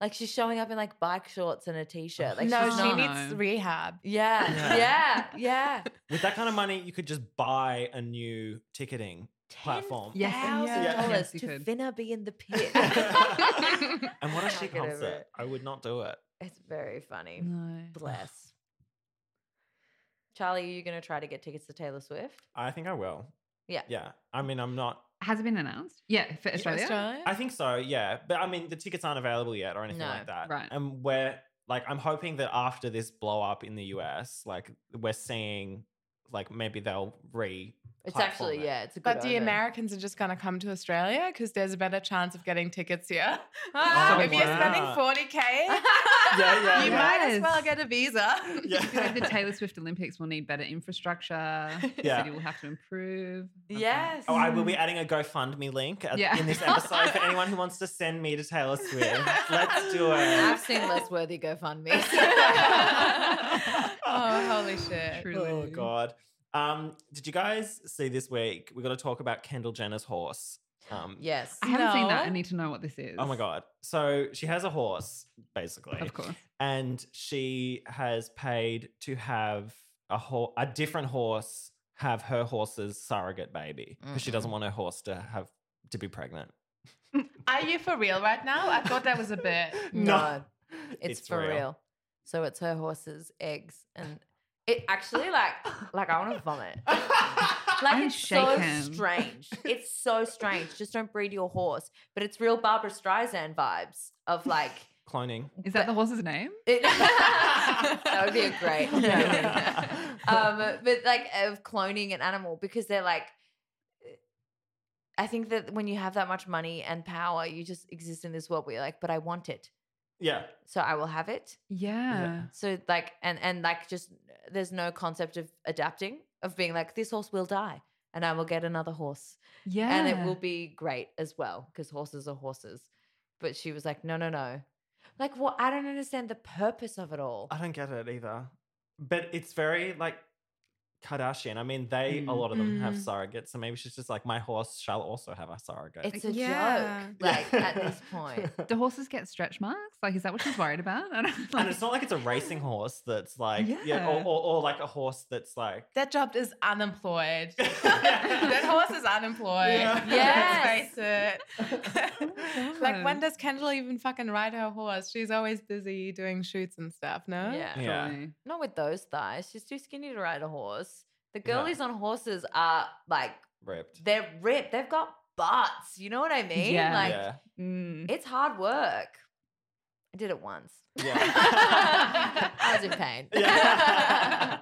S2: like she's showing up in like bike shorts and a t-shirt. Like
S4: no,
S2: she's
S4: she
S2: not-
S4: needs
S6: No.
S4: rehab.
S2: yeah,
S3: Yeah.
S2: yeah, yeah.
S3: With that kind of money, you could just buy a new ticketing platform.
S6: Yeah.
S2: Yes, thousand dollars
S6: Yes, you
S2: to
S6: could.
S2: finna be in the pit.
S3: And what
S2: I
S3: if she
S2: can't get
S3: comes
S2: over
S3: it?
S2: it.
S3: I would not do it.
S2: It's very funny.
S4: Mm.
S6: no.
S2: Bless. Charlie, are you going to try to get tickets to Taylor Swift?
S3: I think I will.
S2: Yeah.
S3: Yeah. I mean, I'm not.
S6: Has it been announced? Yeah, for Australia.
S4: Australia?
S3: I think so. Yeah. But I mean, the tickets aren't available yet or anything
S2: No,
S3: like that.
S6: right.
S3: And we're like, I'm hoping that after this blow up in the US, like, we're seeing, like, maybe they'll re.
S2: It's
S3: platform
S2: actually,
S3: it.
S2: yeah, it's a good
S4: But the
S2: omen.
S4: Americans are just going to come to Australia because there's a better chance of getting tickets
S2: Oh,
S4: here. Ah, if you're
S3: wow.
S4: spending 40K,
S3: Yeah, yeah,
S4: You
S3: yeah.
S4: might as well
S6: Yes.
S4: get a visa.
S3: Yeah.
S6: I feel like the Taylor Swift Olympics will need better infrastructure. The
S3: Yeah.
S6: city will have to improve. Love that.
S2: Yes.
S3: Oh, I will be adding a GoFundMe link at,
S6: Yeah.
S3: in this episode for anyone who wants to send me to Taylor Swift. Let's do
S2: I've
S3: it. Oh,
S2: seen less worthy GoFundMe.
S4: oh, holy shit.
S6: Truly.
S3: Oh God. Um, did you guys see this week? We got to talk about Kendall Jenner's horse. Um,
S2: yes.
S6: I haven't seen that. I
S4: No.
S6: need to know what this is.
S3: Oh my God. So she has a horse, basically.
S6: Of course.
S3: and she has paid to have a ho- a different horse have her horse's surrogate baby because she doesn't want her horse to have to be pregnant.
S4: Are you for real right
S2: Oh,
S4: now? I thought that was a bit.
S2: No. It's,
S3: It's
S2: for real.
S3: real.
S2: So it's her horse's eggs and it actually like like I want to vomit. Like
S6: I'm
S2: it's so
S6: shaken.
S2: strange. It's so strange. Just don't breed your horse. But it's real Barbara Streisand vibes of like
S3: Cloning.
S6: Is that the horse's name?
S2: it- that would be a great. um, but like of cloning an animal because they're like, I think that when you have that much money and power, you just exist in this world where you're like, but I want it,
S3: yeah.
S2: so I will have it.
S6: Yeah.
S2: So like, and and like, just there's no concept of adapting of being like, this horse will die, and I will get another horse,
S6: Yeah.
S2: and it will be great as well because horses are horses. But she was like, no, no, no. Like, what? I don't understand the purpose of it all.
S3: I don't get it either. But it's very like Kardashian. I mean, they a
S6: Mm.
S3: lot of them have
S4: Mm.
S2: Mm-hmm.
S3: surrogates, so maybe she's just like, my horse shall also have a surrogate.
S2: It's a
S4: Yeah.
S2: joke. Like at this point.
S6: Do horses get stretch marks? Like, is that what she's worried about? I don't
S3: and it's not like it's a racing horse that's like, yeah,
S6: Yeah.
S3: or, or, or like a horse that's like,
S4: That job is unemployed. that horse is unemployed.
S3: Yeah.
S2: Yes.
S4: Let's face it. like, when does Kendall even fucking ride her horse? She's always busy doing shoots and stuff, no?
S2: Yeah.
S3: yeah.
S6: Surely.
S2: Not with those thighs. She's too skinny to ride a horse. The
S3: No.
S2: girlies on horses are like
S3: ripped.
S2: they're ripped. They've got butts. You know what I mean?
S6: Yeah.
S2: Like
S3: yeah. Um,
S6: Mm.
S2: it's hard work. I did it once.
S3: Yeah.
S2: I was in pain.
S3: yeah.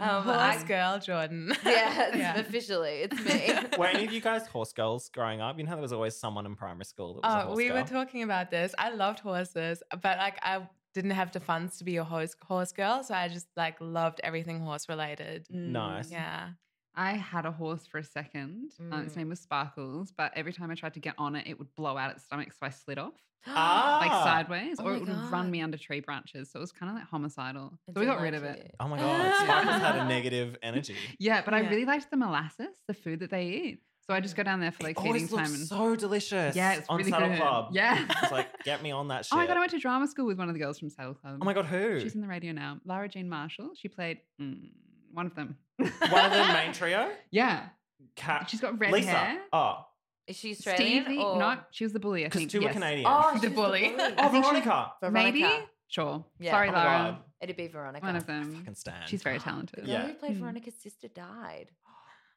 S2: Um,
S4: horse
S2: I-
S4: girl, Jordan.
S2: Yeah, it's
S4: Yeah.
S2: officially, it's me.
S3: Were any of you guys horse girls growing up? You know, how there was always someone in primary school that was a
S4: Oh,
S3: horse
S4: we were
S3: girl?
S4: talking about this. I loved horses, but like I didn't have the funds to be a horse horse girl, so I just like loved everything horse related.
S2: Mm,
S3: Nice.
S4: Yeah.
S6: I had a horse for a second. Um, its
S2: Mm.
S6: name was Sparkles, but every time I tried to get on it, it would blow out its stomach, so I slid off like
S3: Ah.
S6: sideways,
S2: Oh
S6: or
S2: my
S6: it would
S2: God.
S6: run me under tree branches. So it was kind of like homicidal.
S2: I
S6: So we
S2: did
S6: got rid
S2: like
S6: of it.
S3: Oh my God. Sparkles had a negative energy.
S6: Yeah, but I
S4: Yeah.
S6: really liked the molasses, the food that they eat. So I just go down there for like feeding
S3: always
S6: time.
S3: looks
S6: And,
S3: so delicious.
S6: yeah, it's
S3: on
S6: really
S3: Saddle
S6: good.
S3: Club.
S6: Yeah.
S3: It's like, get me on that shit.
S6: oh my god, I went to drama school with one of the girls from Saddle Club.
S3: Oh my God, who?
S6: she's in the radio now. Lara Jean Marshall. She played mm, one of them.
S3: One of the main trio?
S6: yeah,
S3: Cat.
S6: she's got red
S3: Uh, Lisa.
S6: hair.
S3: Oh,
S2: Is she Australian?
S6: Stevie,
S2: or...
S6: no, she was the bully. I
S3: because
S6: think
S3: two were
S6: Yes.
S3: Canadian.
S2: Oh,
S4: The
S2: she's
S4: bully.
S3: Oh,
S6: think she-
S3: Veronica.
S6: Maybe.
S2: Veronica.
S6: Sure.
S2: Yeah.
S6: Sorry,
S3: Oh my
S6: Lara.
S3: God.
S2: It'd be Veronica.
S6: One of them.
S3: Fucking stand.
S6: She's very talented.
S2: The girl
S3: Yeah.
S2: who played
S6: Mm.
S2: Veronica's sister died.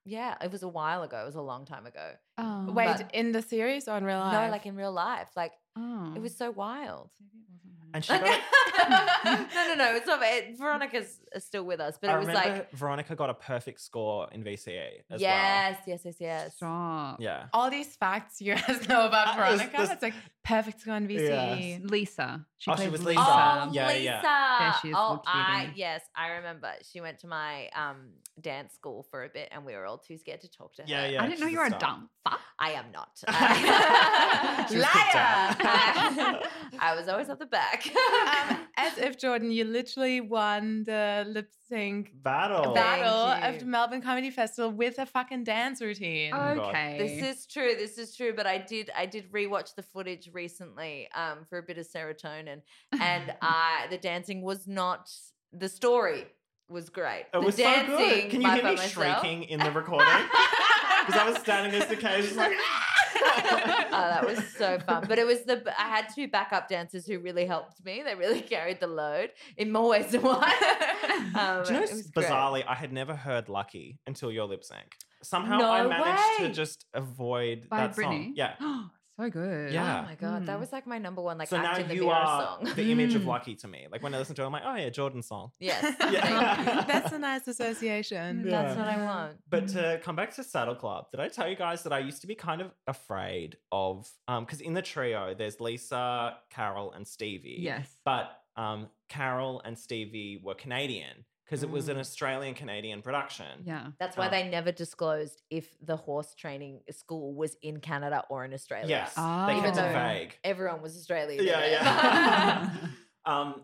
S2: Yeah, it was a while ago. It was a long time ago.
S6: Oh.
S4: Wait,
S2: But-
S4: in the series or in real life?
S2: No, like in real life. Like
S6: Oh.
S2: it was so wild.
S6: Maybe it wasn't her.
S3: And she
S2: no,
S3: got.
S2: no, no. It's not. It, Veronica's uh, still with us, but
S3: I
S2: it was
S3: remember
S2: like
S3: Veronica got a perfect score in VCA as well.
S2: yes, yes, yes, yes.
S6: Stop.
S3: Yeah.
S4: all these facts you guys know about
S3: Uh, this-
S4: Veronica.
S3: this-
S4: it's like perfect score on VCE.
S3: Yes.
S6: Lisa. She
S3: Oh, she
S6: played
S3: was
S6: Lisa.
S3: Lisa.
S2: Oh,
S3: Yeah,
S2: Lisa.
S3: yeah.
S6: There she is,
S2: oh,
S6: little
S2: I
S6: cutie.
S2: yes, I remember. She went to my um dance school for a bit, and we were all too scared to talk to her.
S3: Yeah, yeah.
S6: I didn't know
S3: she's
S6: you were a
S3: star. Oh
S6: dumb fuck.
S2: I am not.
S3: She was kicked out.
S2: Liar! I was always at the back.
S4: Um, as if Jordan, you literally won the lip sync
S3: Battle.
S2: Thank
S4: battle of
S2: you. Oh,
S4: the Melbourne Comedy Festival with a fucking dance routine.
S3: my God.
S6: okay.
S2: This is true. This is true. But I did I did rewatch the footage recently um, for a bit of serotonin, and uh, I the dancing was not the story was great.
S3: It
S2: the
S3: was so
S2: dancing,
S3: good. Can you
S2: by-
S3: hear
S2: by
S3: me
S2: myself-
S3: shrieking in the recording? Because I was standing next to Kay, just like,
S2: oh, that was so fun. But it was the I had two backup dancers who really helped me. They really carried the load in more ways than one. Um,
S3: Do you know,
S2: it was great.
S3: bizarrely, I had never heard Lucky until your lip sync. Somehow
S2: No
S3: I managed
S2: way.
S3: to just avoid
S6: by
S3: that
S6: Britney.
S3: song. Yeah.
S6: So good.
S3: Yeah.
S2: Oh my god, that
S6: Mm.
S2: was like my number one like
S3: Hmm. so now
S2: act in the
S3: you
S2: Vera
S3: are
S2: song.
S3: the image of
S4: Mm.
S3: Lucky to me. Like when I listen to it, I'm like, oh yeah, Jordan song.
S2: yes.
S3: Yeah.
S2: thank you.
S4: That's a nice association.
S6: Yeah.
S2: That's what I want.
S3: But to come back to Saddle Club, did I tell you guys that I used to be kind of afraid of um because in the trio there's Lisa, Carol, and Stevie.
S6: Yes.
S3: But um Carol and Stevie were Canadian because it
S2: Mm.
S3: was an Australian Canadian production.
S6: Yeah.
S2: That's why
S3: Um,
S2: they never disclosed if the horse training school was in Canada or in Australia.
S3: Yes. They
S6: Ah.
S3: kept
S2: Even
S3: it
S2: though-
S3: vague.
S2: Everyone was Australian.
S3: Yeah,
S2: in it.
S3: yeah. um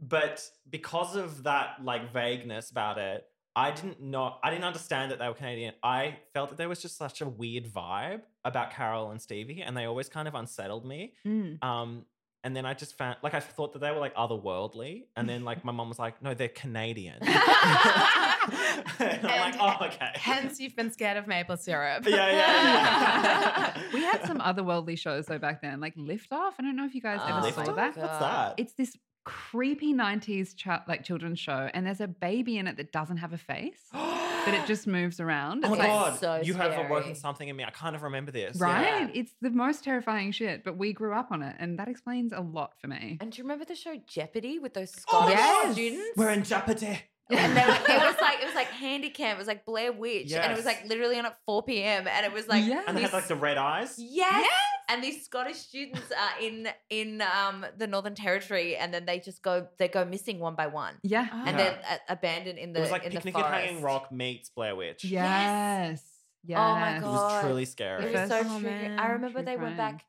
S3: but because of that like vagueness about it, I didn't know I didn't understand that they were Canadian. I felt that there was just such a weird vibe about Carol and Stevie and they always kind of unsettled me.
S4: Mm.
S3: Um, and then I just found like I thought that they were like otherworldly, and then like my mom was like, "No, they're Canadian." and I'm
S4: And
S3: like, "Oh, okay."
S4: Hence, you've been scared of maple syrup.
S3: yeah, yeah, yeah.
S6: we had some otherworldly shows though back then, like Lift Off. I don't know if you guys
S2: Oh,
S6: ever
S3: Lift
S6: saw
S3: Off?
S6: that.
S3: What's that?
S6: It's this creepy '90s child like children's show, and there's a baby in it that doesn't have a face, but it just moves around.
S3: oh my
S6: It's like-
S3: god,
S2: so
S3: you have awoken
S2: scary.
S3: something in me. I kind of remember this. Yeah.
S6: Right? It's the most terrifying shit, but we grew up on it, and that explains a lot for me.
S2: And do you remember the show Jeopardy with those
S3: Oh,
S2: Scottish
S6: yes.
S2: students?
S3: We're in Jeopardy.
S2: and they were, it was like it was like handy cam. It was like Blair Witch, and it was
S3: Yes.
S2: like literally on at four p.m. And it was like
S6: Yes.
S3: And they had like the red eyes.
S2: Yes. And these Scottish students are in in um, the Northern Territory, and then they just go they go missing one by one,
S6: Yeah.
S4: Oh.
S3: Yeah.
S2: and they're uh, abandoned in the
S3: it was like
S2: in
S3: Picnic
S2: the
S3: at
S2: forest.
S3: Hanging Rock meets Blair Witch.
S6: Yes. Yes.
S2: Oh my
S3: It
S2: God.
S3: was truly
S2: It
S3: scary.
S2: was so
S6: Oh,
S2: triggering.
S4: man,
S2: I remember
S6: true
S2: they went
S6: crime.
S2: back.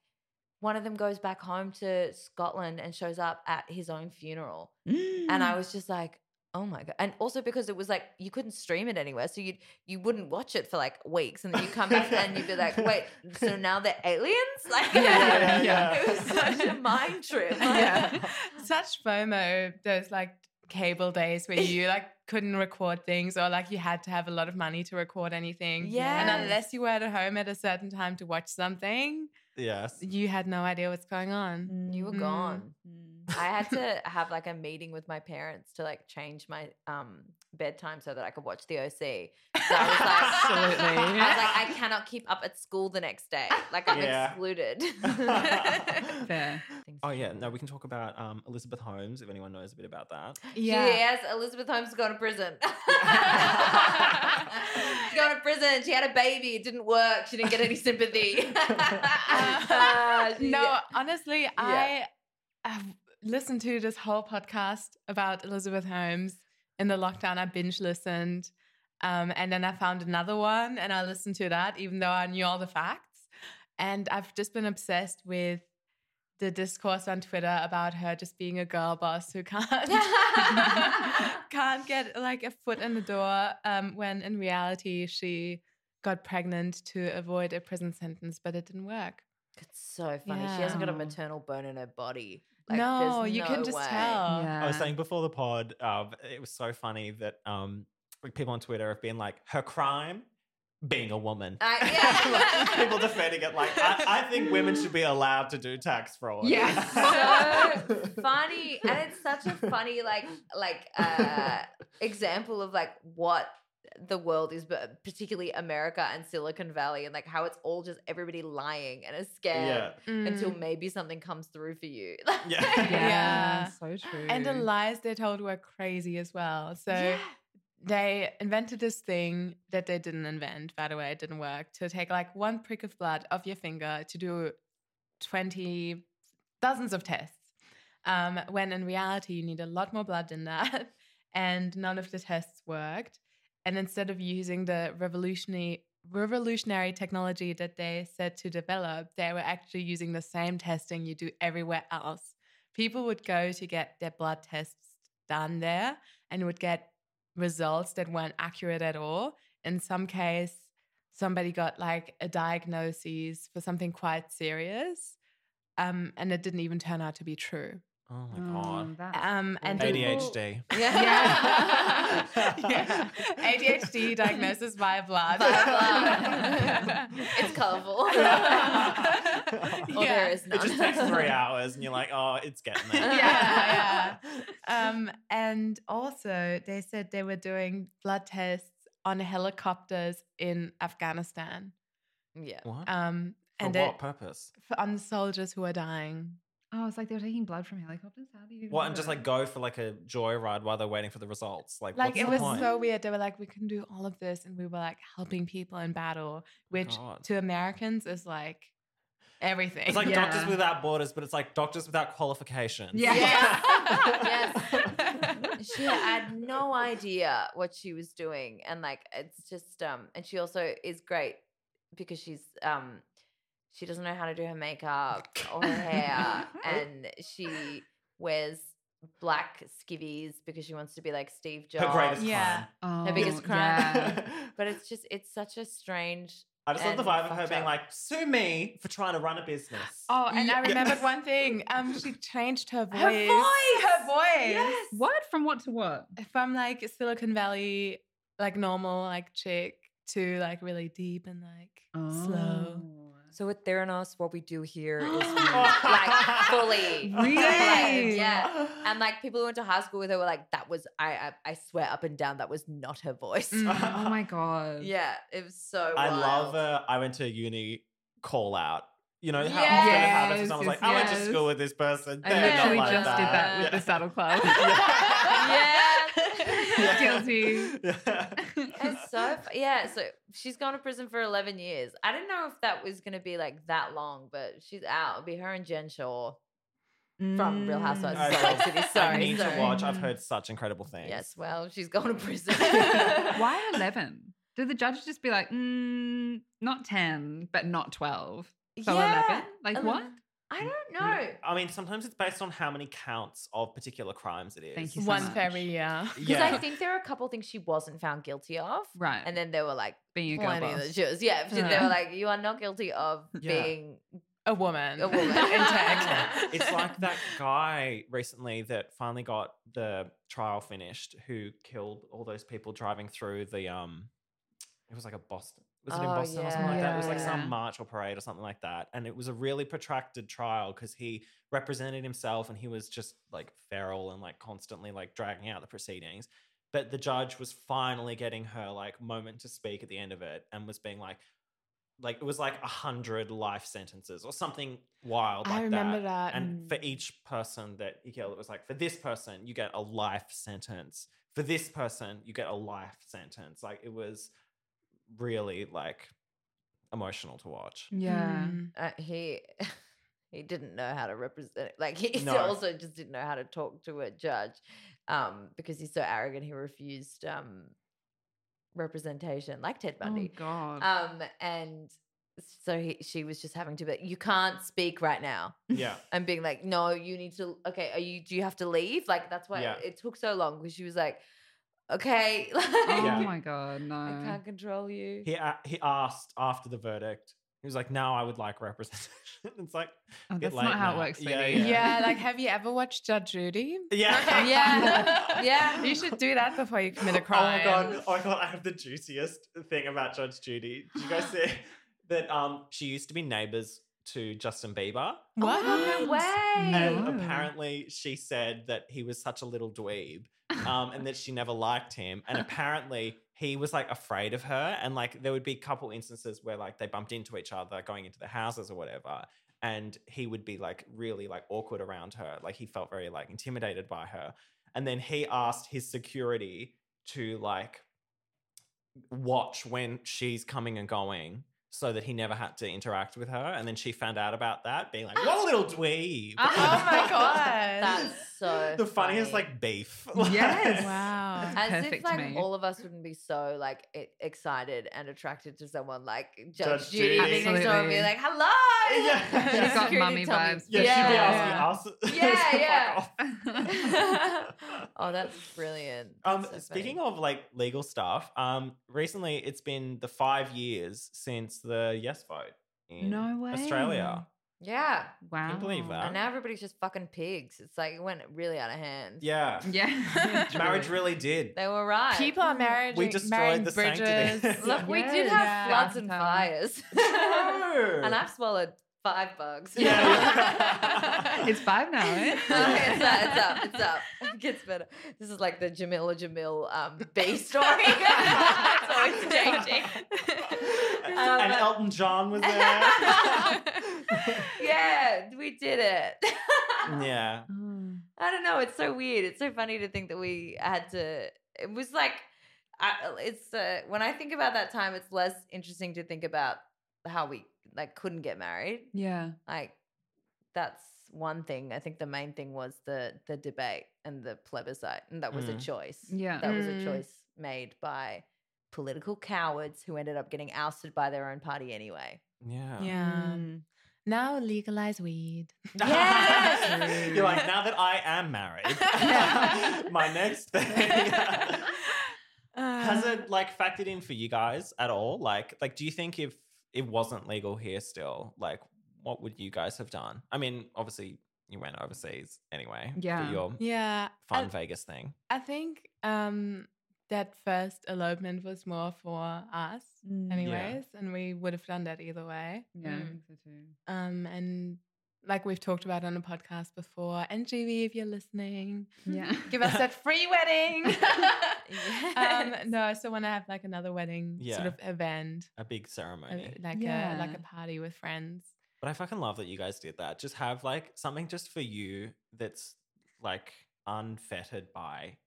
S2: One of them goes back home to Scotland and shows up at his own funeral, and
S4: Mm.
S2: I was just like, "Oh my god!" And also because it was like you couldn't stream it anywhere, so you you wouldn't watch it for like weeks, and then you come back and you'd be like, "Wait, so now they're aliens?" Like,
S6: Yeah, yeah, yeah.
S2: it was such a mind trip.
S4: yeah. Such FOMO, those like cable days where you like couldn't record things or like you had to have a lot of money to record anything. And
S2: Yes.
S4: unless you were at home at a certain time to watch something,
S3: Yes.
S4: you had no idea what's going on.
S2: You were
S4: Mm.
S2: gone. I had to have like a meeting with my parents to like change my um bedtime so that I could watch the OC. So I was like,
S4: Absolutely.
S2: I was like, I cannot keep up at school the next day. Like I'm
S3: Yeah.
S2: excluded.
S6: Fair.
S2: Things
S3: Oh yeah, no,
S2: happen.
S3: we can talk about um, Elizabeth Holmes if anyone knows a bit about that.
S2: She- Yes, Elizabeth Holmes is going to prison. She's going to prison. She had a baby. It didn't work. She didn't get any sympathy. Ah, she-
S4: Uh, no, honestly, I i listened to this whole podcast about Elizabeth Holmes in the lockdown. I binge listened. Um, and then I found another one and I listened to that, even though I knew all the facts. And I've just been obsessed with the discourse on Twitter about her just being a girl boss who can't can't get like a foot in the door um, when in reality she got pregnant to avoid a prison sentence, but it didn't work.
S2: It's so funny. She hasn't got a
S6: Yeah.
S2: maternal bone in her body. there's
S4: no, you can
S2: no
S4: just
S2: way.
S4: tell.
S3: I
S2: Uh-huh.
S3: was saying before the pod, um, it was so funny that um, like people on Twitter have been like, her crime being a woman.
S2: Uh, yeah.
S3: Like, people defending it like, I, I think women should be allowed to do tax fraud.
S6: Yes.
S2: so funny and it's such a funny like like uh example of like what the world is but particularly america and silicon valley and like how it's all just everybody lying and a scam
S3: Yeah.
S2: until
S4: Mm.
S2: maybe something comes through for you
S3: Yeah.
S6: yeah.
S4: Yeah.
S6: So true.
S4: and the lies they told were crazy as well. So
S2: Mm. Yeah.
S4: they invented this thing that they didn't invent, by the way, it didn't work, to take like one prick of blood off your finger to do 20, dozens of tests. Um, when in reality, you need a lot more blood than that. And none of the tests worked. And instead of using the revolutionary, revolutionary technology that they said to develop, they were actually using the same testing you do everywhere else. People would go to get their blood tests done there and would get results that weren't accurate at all. In some case, somebody got like a diagnosis for something quite serious, um, and it didn't even turn out to be true.
S3: Oh my God.
S4: Um, and
S6: Well,
S4: people-
S3: ADHD.
S4: yeah. yeah.
S3: Yeah.
S4: ADHD diagnosis via blood.
S2: Via blood. it's Oh, colorful
S4: Yeah.
S2: or there is
S3: It
S2: none.
S3: just takes three hours and you're like, oh, it's getting there.
S4: Yeah, Um, and also, they said they were doing blood tests on helicopters in Afghanistan.
S2: yeah
S3: What?
S4: Um,
S3: For
S4: And
S3: what
S4: it-
S3: purpose?
S4: for on soldiers who are dying.
S6: Oh, it's like they were taking blood from helicopters. How do you? even
S3: What
S6: know
S3: and just
S6: that?
S3: like go for like a joyride while they're waiting for the results? Like,
S4: Like
S3: what's
S4: it
S3: the
S4: was
S3: point?
S4: so weird. They were like, we can do all of this, and we were like helping people in battle, which
S3: God.
S4: to Americans is like everything.
S3: It's like
S6: Yeah.
S3: Doctors Without Borders, but it's like Doctors Without Qualifications.
S6: Yeah.
S2: Yes. she had no idea what she was doing and like it's just um and she also is great because she's um she doesn't know how to do her makeup or her hair and she wears black skivvies because she wants to be like Steve Jobs.
S3: Her greatest
S4: Yeah.
S3: crime.
S6: oh,
S2: biggest crime.
S6: yeah.
S2: But it's just it's such a strange
S3: I just love the
S2: And
S3: vibe of her
S2: fucked
S3: being
S2: up.
S3: like, sue me for trying to run a business.
S4: Oh, and
S3: Yeah.
S4: I remembered one thing. Um, she changed her voice.
S2: voice!
S4: Her voice.
S2: Yes.
S6: What from what to what?
S4: From like Silicon Valley, like normal, like chick to like really deep and like
S6: Oh.
S4: slow.
S3: Oh.
S2: So with Theranos, what we do here is we, like
S3: Oh.
S2: fully
S6: Really?
S2: deflate, Yeah. And like people who went to high school with her were like, that was I I, I swear up and down that was not her voice.
S4: Mm.
S6: oh my god.
S2: Yeah, it was so.
S3: I love
S2: wild.
S3: her. I went to a uni call out. You know how often it
S2: Yes,
S3: happens when someone's
S6: yes,
S3: like, I went
S6: yes.
S3: to school with this person.
S6: I
S3: They're not
S6: literally
S3: like
S6: just did that with
S3: Yeah.
S6: the saddle club.
S2: yeah.
S6: Guilty.
S2: It's so fu- yeah. So she's gone to prison for eleven years. I didn't know if that was gonna be like that long, but she's out. It'll be her and Jen Shaw from Real Housewives
S3: I
S2: of Salt Lake City.
S3: love- I
S2: Sorry,
S3: need
S2: sorry.
S3: to watch. I've heard such incredible things.
S2: Yes, well, she's going to prison.
S6: Why eleven? Did the judge just be like, mm, not ten, but not twelve? So eleven? Like what?
S2: I don't know.
S3: I mean, sometimes it's based on how many counts of particular crimes it is.
S6: Thank you so
S4: One
S6: much.
S4: for every year.
S2: Because
S3: Yeah.
S2: I think there are a couple things she wasn't found guilty of.
S6: Right.
S2: And then there were like
S6: being a girl
S2: plenty that
S6: boss.
S2: she was. Yeah, she- they
S6: Yeah.
S2: were like, you are not guilty of
S3: Yeah.
S2: being.
S4: A woman.
S2: A woman.
S4: in
S3: Yeah.
S4: tech.
S3: it's like that guy recently that finally got the trial finished who killed all those people driving through the um it was like a Boston was it in
S2: Oh,
S3: Boston or something like that? It was like
S6: yeah.
S3: some march or parade or something like that. And it was a really protracted trial because he represented himself and he was just like feral and like constantly like dragging out the proceedings. But the judge was finally getting her like moment to speak at the end of it and was being like, like it was like a hundred life sentences or something wild. Like
S4: I remember
S3: that.
S4: that.
S3: And for
S4: mm.
S3: each person that he killed, it was like for this person you get a life sentence. For this person you get a life sentence. Like it was really like emotional to watch.
S6: Yeah. Oh
S4: Mm.
S2: Uh, he. He didn't know how to represent. Like he
S3: No.
S2: also just didn't know how to talk to a judge, um, because he's so arrogant. He refused um, representation, like Ted
S6: Oh
S2: Bundy.
S6: god.
S2: um, and so he, she was just having to be. like, You can't speak right now.
S3: Yeah.
S2: and being like, "No, you need to. Okay, are you? Do you have to leave? Like that's why
S3: Yeah.
S2: it took so long because she was like, "Okay, like,
S6: oh
S3: Yeah.
S6: my god. No.
S4: Uh,
S2: I can't control you."
S3: He a- he asked after the verdict. He was like, "Now I would like representation." it's like
S6: Oh,
S3: "Bit
S6: that's
S3: late
S6: not how it
S3: now."
S6: works,
S3: Yeah,
S6: sweetie.
S4: Yeah, like have you ever watched Judge Judy?
S3: yeah,
S2: Yeah. Yeah.
S4: You should do that before you commit a
S3: Oh my
S4: crime.
S3: god! Oh my god! I have the juiciest thing about Judge Judy. Did you guys see that? Um, she used to be neighbors to Justin Bieber,
S4: What?
S2: Oh, no way.
S3: and
S6: Oh.
S3: apparently she said that he was such a little dweeb, um, and that she never liked him. And apparently he was like afraid of her, and like there would be a couple instances where like they bumped into each other going into the houses or whatever. And he would be like really like awkward around her. Like he felt very like intimidated by her. And then he asked his security to like watch when she's coming and going so that he never had to interact with her. And then she found out about that, being like, what a little dweeb.
S6: Oh my
S4: God.
S2: That's so
S3: The funniest,
S2: funny.
S3: like, beef.
S6: Yes.
S4: Wow.
S6: That's
S2: As if
S6: perfect
S2: like
S6: me.
S2: all of us wouldn't be so like e- excited and attracted to someone like Judge,
S3: Judge
S2: Judy
S3: Judy.
S2: being next door and be
S6: Absolutely.
S2: like, "Hello."
S3: Yeah.
S2: Your
S3: She's got
S2: security
S6: mummy
S2: tell me-
S6: vibes.
S3: yeah, she'd be asking us.
S2: Yeah,
S3: to fuck
S2: yeah.
S3: off.
S2: oh, that's brilliant.
S3: Um, speaking of like legal stuff, um, recently it's been the five years since the yes vote in
S6: No way.
S3: Australia.
S2: yeah,
S6: Wow.
S3: believe that.
S2: and now everybody's just fucking pigs. It's like it went really out of hand.
S3: Yeah,
S6: Yeah.
S3: marriage really did.
S2: They were right.
S4: People are married.
S3: We destroyed
S4: marrying
S3: the sanctity.
S4: bridges.
S2: Look, we did
S6: Yes.
S2: have floods
S6: Yeah.
S2: and fires.
S3: No.
S2: and I've swallowed five bugs.
S3: Yeah.
S6: It's five now, eh?
S2: Okay, it's up, it's up, it's up. It gets better. This is like the Jamila Jamil um, B story. it's always changing.
S3: and
S2: Um,
S3: Elton John was there.
S2: yeah, we did it.
S3: yeah.
S6: Oh.
S2: I don't know. It's so weird. It's so funny to think that we had to. It was like, I, it's uh, when I think about that time, it's less interesting to think about how we like couldn't get married.
S6: Yeah.
S2: Like that's one thing. I think the main thing was the the debate and the plebiscite, and that was a
S3: Mm.
S2: choice.
S6: Yeah.
S2: that was a
S4: Mm.
S2: choice made by political cowards who ended up getting ousted by their own party anyway.
S3: Yeah.
S4: Yeah. Mm-hmm.
S6: Mm.
S3: Um,
S4: Now legalize weed.
S2: Yes!
S3: You're like, now that I am married, my next thing.
S4: Uh,
S3: Has it like factored in for you guys at all? Like, like, do you think if it wasn't legal here still, like, what would you guys have done? I mean, obviously you went overseas anyway.
S6: Yeah.
S3: For your
S4: Yeah.
S3: fun
S4: I-
S3: Vegas thing.
S4: I think um, that first elopement was more for us, anyways, and we would have done that either way.
S6: Yeah, I
S2: Mm.
S6: think so too.
S4: Um, and like we've talked about on the podcast before, and GV, if you're listening,
S6: Yeah.
S4: give us that free wedding. um,
S2: Yes.
S4: no, I still want to have like another wedding
S3: Yeah.
S4: sort of event,
S3: A big
S4: a-
S3: ceremony.
S4: like a like
S6: Yeah.
S4: a party with friends.
S3: But I fucking love that you guys did that. Just have like something just for you that's like unfettered by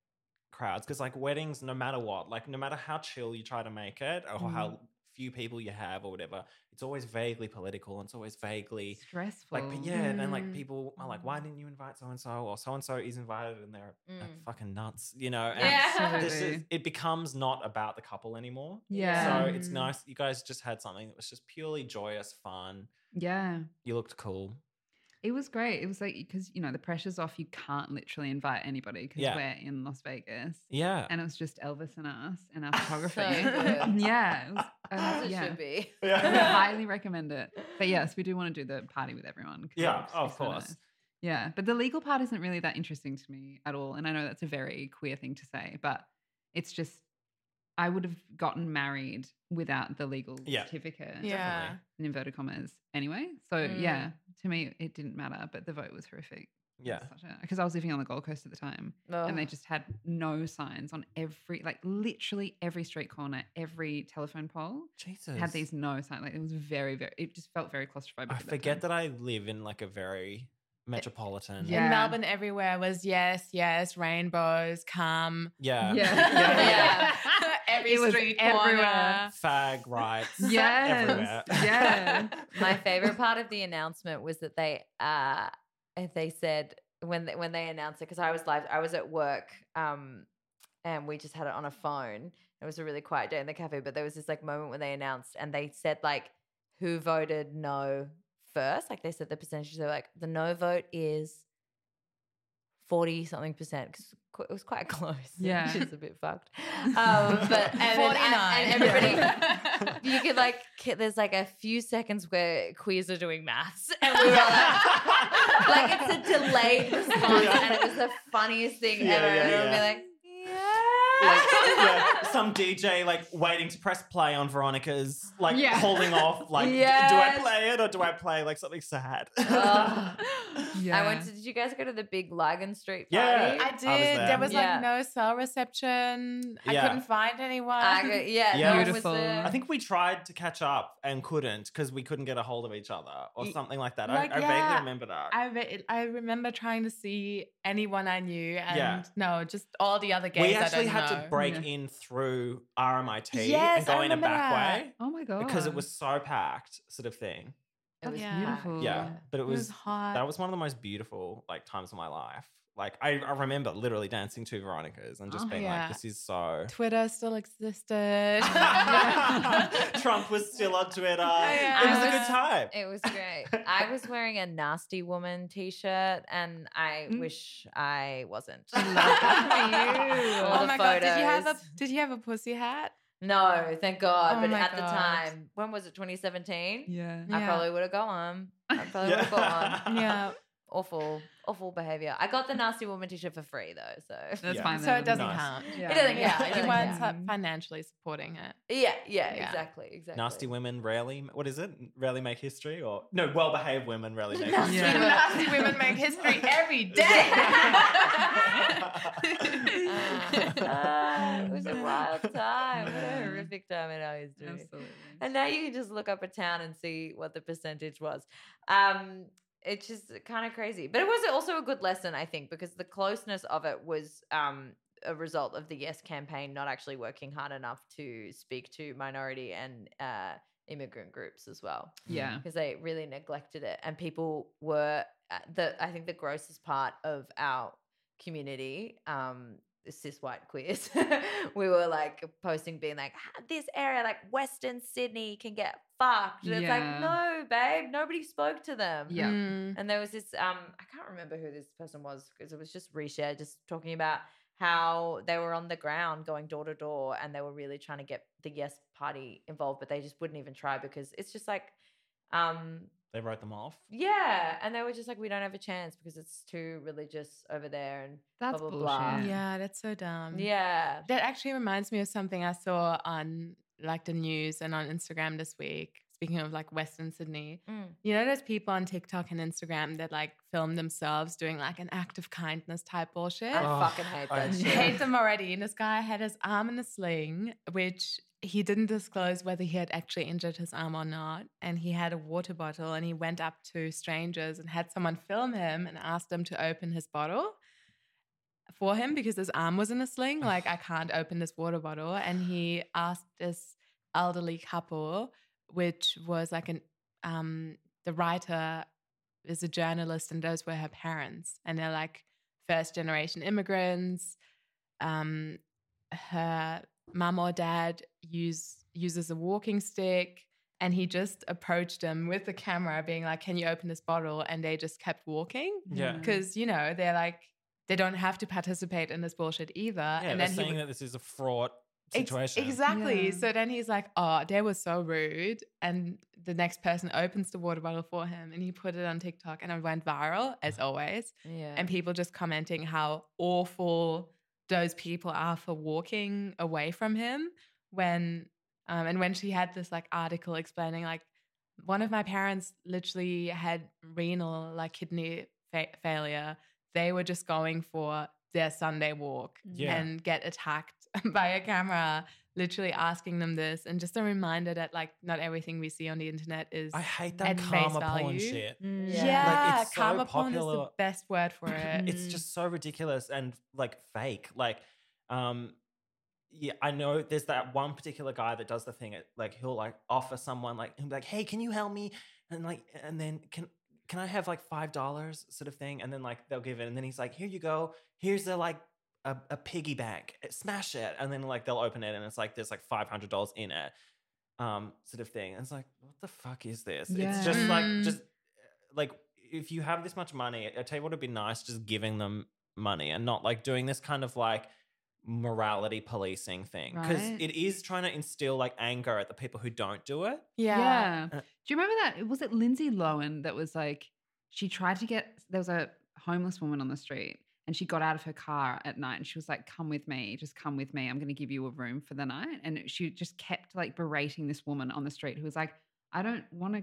S3: crowds. Because like weddings, no matter what, like no matter how chill you try to make it or
S2: Mm-hmm.
S3: how few people you have or whatever, it's always vaguely political and it's always vaguely
S6: Stressful.
S3: like, p- yeah. And then like
S4: Mm.
S3: people are like, why didn't you invite so and so? Or so and so is invited and they're uh,
S2: Mm.
S3: fucking nuts, you know? And
S2: Yeah.
S3: this is,
S6: Absolutely.
S3: it becomes not about the couple anymore.
S6: Yeah.
S3: So it's
S4: Mm.
S3: nice. You guys just had something that was just purely joyous, fun.
S6: yeah.
S3: You looked cool.
S6: It was great. It was like because you know the pressure's off. You can't literally invite anybody because
S3: Yeah.
S6: we're in Las Vegas,
S3: Yeah.
S6: and it was just Elvis and us and our
S2: So
S6: photography.
S2: good.
S6: yeah, it was,
S2: As
S6: uh,
S2: it
S6: yeah.
S2: should be.
S6: I would
S3: yeah.
S6: highly recommend it. But yes, we do want to do the party with everyone. 'cause
S3: Yeah,
S6: it's-
S3: of
S6: it's so
S3: course.
S6: nice. Yeah, but the legal part isn't really that interesting to me at all, and I know that's a very queer thing to say, but it's just I would have gotten married without the legal
S3: Yeah.
S6: certificate.
S4: Yeah.
S6: in inverted commas anyway. So
S2: Mm.
S6: yeah, to me it didn't matter, but the vote was horrific.
S3: Yeah.
S6: Because I was living on the Gold Coast at the time and they
S2: Ugh.
S6: just had no signs on every, like literally every street corner, every telephone pole
S3: Jesus.
S6: had these no signs. Like it was very, very, it just felt very claustrophobic.
S3: I
S6: at that
S3: forget that
S6: time.
S3: I live in like a very metropolitan.
S6: Yeah.
S4: In Melbourne, everywhere was yes, yes, rainbows, come.
S3: Yeah.
S6: Yeah.
S2: Yeah.
S4: Every
S6: It was
S4: street
S6: everywhere.
S4: corner.
S3: Fag rights.
S6: Yes.
S3: Everywhere.
S6: Yeah.
S2: My favorite part of the announcement was that they uh they said when they, when they announced it because I was live I was at work um and we just had it on a phone. It was a really quiet day in the cafe, but there was this like moment when they announced and they said like who voted no first. Like they said the percentage. They were like the no vote is forty something percent. 'cause It was quite close.
S6: Yeah.
S2: which is a bit fucked. Um, but and, then- and- and everybody you could like ki- there's like a few seconds where queers are doing maths and we were like like it's a delayed response
S3: Yeah.
S2: and it was the funniest thing
S3: Yeah,
S2: ever
S3: yeah,
S2: and
S3: yeah. Like,
S2: we'd be like yeah
S3: yeah, some DJ like waiting to press play on Veronica's like
S6: Yeah.
S3: holding off like d- do I
S2: Yes.
S3: play it or do I play like something sad?
S2: Ugh.
S6: yeah.
S2: I went to did you guys go to the big Ligon Street
S3: Yeah.
S2: party?
S4: I
S3: I was
S4: did. there.
S3: there.
S4: was
S2: Yeah.
S4: like no cell reception.
S3: Yeah.
S4: I couldn't find anyone.
S2: I go,
S3: Yeah.
S2: yeah, no one
S6: Beautiful.
S2: was there.
S3: I think we tried to catch up and couldn't because we couldn't get a hold of each other or
S4: Y-
S3: something like that.
S4: like,
S3: I, I
S4: yeah,
S3: vaguely remember that.
S4: I, re- I remember trying to see anyone I knew, and
S3: Yeah.
S4: no, just all the other gays.
S3: we
S4: I
S3: actually
S4: don't
S3: had
S4: know.
S3: to break
S6: Yeah.
S3: in through RMIT
S4: Mm-hmm. Yes,
S3: and go
S4: I
S3: in a
S4: remember
S3: back
S4: that.
S3: way
S6: Oh my god.
S3: because it was so packed, sort of thing.
S2: it was
S4: Oh, Yeah.
S2: packed.
S6: beautiful.
S3: Yeah, but it
S4: It was
S3: was
S4: hot.
S3: that was one of the most beautiful like times of my life. Like I, I remember literally dancing to Veronica's and just
S6: Oh,
S3: being
S4: yeah.
S3: like, "This is so."
S4: Twitter still existed.
S3: Trump was still on Twitter.
S4: yeah.
S3: It was a
S2: I
S3: good
S2: was-
S3: time.
S2: It was great. I was wearing a nasty woman t-shirt and I
S6: Mm.
S2: wish I wasn't.
S3: I love that for you.
S2: All
S4: oh
S2: the
S4: my god! Did you have a
S2: photos.
S4: Did you have a pussy hat?
S2: No, thank God.
S4: Oh
S2: but
S4: my
S2: at the
S4: God.
S2: time, when was it? 2017.
S6: Yeah.
S4: Yeah.
S2: I probably would have gone. I probably would have gone.
S3: Yeah.
S4: Yeah.
S2: Awful, awful behavior. I got the nasty woman t-shirt for free though, so
S6: That's
S3: Yeah.
S6: fine.
S4: So it doesn't
S3: Nice.
S4: count.
S6: Yeah.
S2: It doesn't
S4: Yeah,
S2: count. It
S4: you
S2: doesn't
S4: weren't
S2: count.
S4: su- financially supporting it.
S2: yeah, yeah,
S4: Yeah.
S2: exactly, exactly. Uh,
S3: Nasty women rarely, what is it? Rarely make history or no, well behaved women rarely make
S2: Nasty
S3: history.
S6: Yeah.
S4: Even nasty women make history every
S2: Uh,
S4: day.
S2: uh, it was a wild time. What a horrific time in our history.
S6: Absolutely.
S2: And now you can just look up a town and see what the percentage was. Um, it's just kind of crazy. But it was also a good lesson, I think, because the closeness of it was um, a result of the Yes campaign not actually working hard enough to speak to minority and uh, immigrant groups as well
S6: Yeah.
S2: because they really neglected it and people were uh, the i think the grossest part of our community um cis white queers we were like posting being like "Ah, this area like western sydney can get fucked and it's
S6: Yeah.
S2: like no babe nobody spoke to them
S6: Yeah.
S4: Mm.
S2: and there was this um I can't remember who this person was because it was just reshare just talking about how they were on the ground going door to door and they were really trying to get the yes party involved but they just wouldn't even try because it's just like um
S3: They wrote them off.
S2: yeah and they were just like we don't have a chance because it's too religious over there and
S6: That's
S2: blah, blah,
S6: bullshit.
S2: blah.
S4: Yeah. that's so dumb.
S2: yeah
S4: That actually reminds me of something I saw on like the news and on Instagram this week. Speaking of like Western Sydney,
S2: Mm.
S4: you know those people on TikTok and Instagram that like film themselves doing like an act of kindness type bullshit.
S2: I
S3: Oh,
S2: fucking hate
S3: I
S2: that shit.
S4: hate them already. And this guy had his arm in a sling, which he didn't disclose whether he had actually injured his arm or not. And he had a water bottle and he went up to strangers and had someone film him and asked them to open his bottle for him because his arm was in a sling. Like, I can't open this water bottle. And he asked this elderly couple, which was like an, um, the writer is a journalist and those were her parents. And they're like, first generation immigrants. Um, her mum or dad use uses a walking stick, and he just approached them with the camera, being like, "Can you open this bottle?" And they just kept walking
S3: Yeah.
S6: Mm.
S4: because you know they're like they don't have to participate in this bullshit either.
S3: Yeah,
S4: Uh, and
S3: they're
S4: then he
S3: saying
S4: w-
S3: that this is a fraud
S4: Ex-
S3: situation.
S4: exactly.
S6: Yeah.
S4: So then he's like, "Oh, they were so rude." And the next person opens the water bottle for him, and he put it on TikTok, and it went viral as always
S2: yeah
S4: and people just commenting how awful those people are for walking away from him when um, and when she had this like article explaining like one of my parents literally had renal like kidney fa- failure they were just going for their sunday walk
S3: Yeah.
S4: and get attacked by a camera literally asking them this and just a reminder that like not everything we see on the internet is
S3: I hate that
S4: At face
S3: karma porn
S4: value.
S3: shit.
S2: Mm.
S4: yeah,
S3: Like, it's so
S4: karma porn is the
S3: popular.
S4: best word for it
S3: it's
S6: Mm.
S3: just so ridiculous and like fake like um yeah i know there's that one particular guy that does the thing it, like he'll like offer someone like he'll be like hey can you help me and like and then can can i have like five dollars sort of thing and then like they'll give it and then he's like here you go here's a like a, a piggy bank Uh, smash it and then like they'll open it and it's like there's like five hundred dollars in it um sort of thing and it's like what the fuck is this
S6: Yeah.
S3: it's just like
S4: Mm.
S3: just eh, like if you have this much money, I tell you what would be nice, just giving them money and not like doing this kind of like morality policing thing because
S6: Right.
S3: it is trying to instill like anger at the people who don't do it.
S6: Yeah.
S3: Uh,
S6: Do you remember that? Was it Lindsay Lohan that was like, she tried to get, there was a homeless woman on the street and she got out of her car at night and she was like, come with me, just come with me. I'm going to give you a room for the night. And she just kept like berating this woman on the street who was like, I don't want to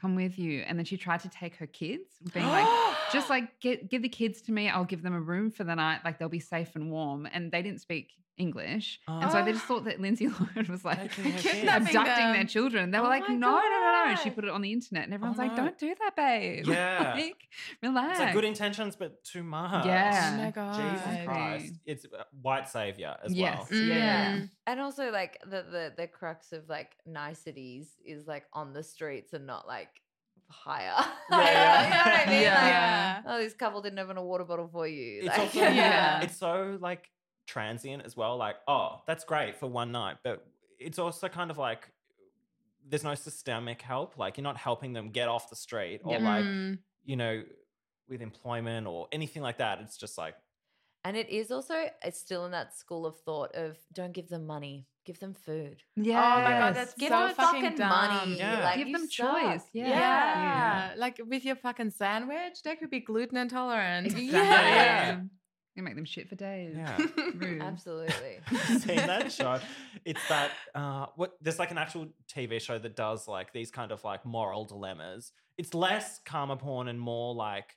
S6: come with you. And then she tried to take her kids, being like, just like get, give the kids to me i'll give them a room for the night like they'll be safe and warm and they didn't speak english and so they just thought that lindsay lohan was like
S3: Taking her kids.
S6: abducting their
S4: them.
S6: children they were
S2: Oh
S6: like
S2: my
S6: no no no no and she
S2: God.
S6: put it on the internet and everyone's like
S3: no.
S6: don't do that babe
S3: Yeah.
S6: like relax
S3: It's like good intentions, but too much.
S6: Yeah.
S4: Oh my
S6: Jesus
S4: god.
S3: Jesus Christ. It's uh, white savior as
S6: yes
S3: well.
S6: yeah, yeah.
S4: Mm.
S2: and also like the, the the crux of like niceties is like on the streets and not like higher
S3: Yeah.
S2: you know what i mean
S6: Yeah.
S2: Like,
S4: Yeah.
S2: oh, this couple didn't open a water bottle for you.
S3: It's
S2: Like-
S3: also
S4: Yeah.
S3: it's so like transient as well. Like, oh, that's great for one night, but it's also kind of like there's no systemic help. Like you're not helping them get off the street or like
S4: Mm.
S3: you know, with employment or anything like that. It's just like,
S2: And it is also, it's still in that school of thought of don't give them money. Give them food.
S6: Yeah.
S4: Oh my god, that's
S2: Give
S4: so
S2: them
S4: fucking,
S2: fucking
S4: dumb.
S2: money.
S3: Yeah.
S2: Like,
S6: Give
S2: you
S6: them
S2: suck.
S6: choice. Yeah.
S4: Yeah.
S6: Yeah.
S4: Like with your fucking sandwich, they could be gluten intolerant.
S6: Exactly.
S3: Yeah.
S6: You make them shit for days.
S3: Yeah.
S6: Rude.
S2: Absolutely.
S3: seen that show. It's that uh what there's like an actual TV show that does like these kind of like moral dilemmas. It's less karma porn and more like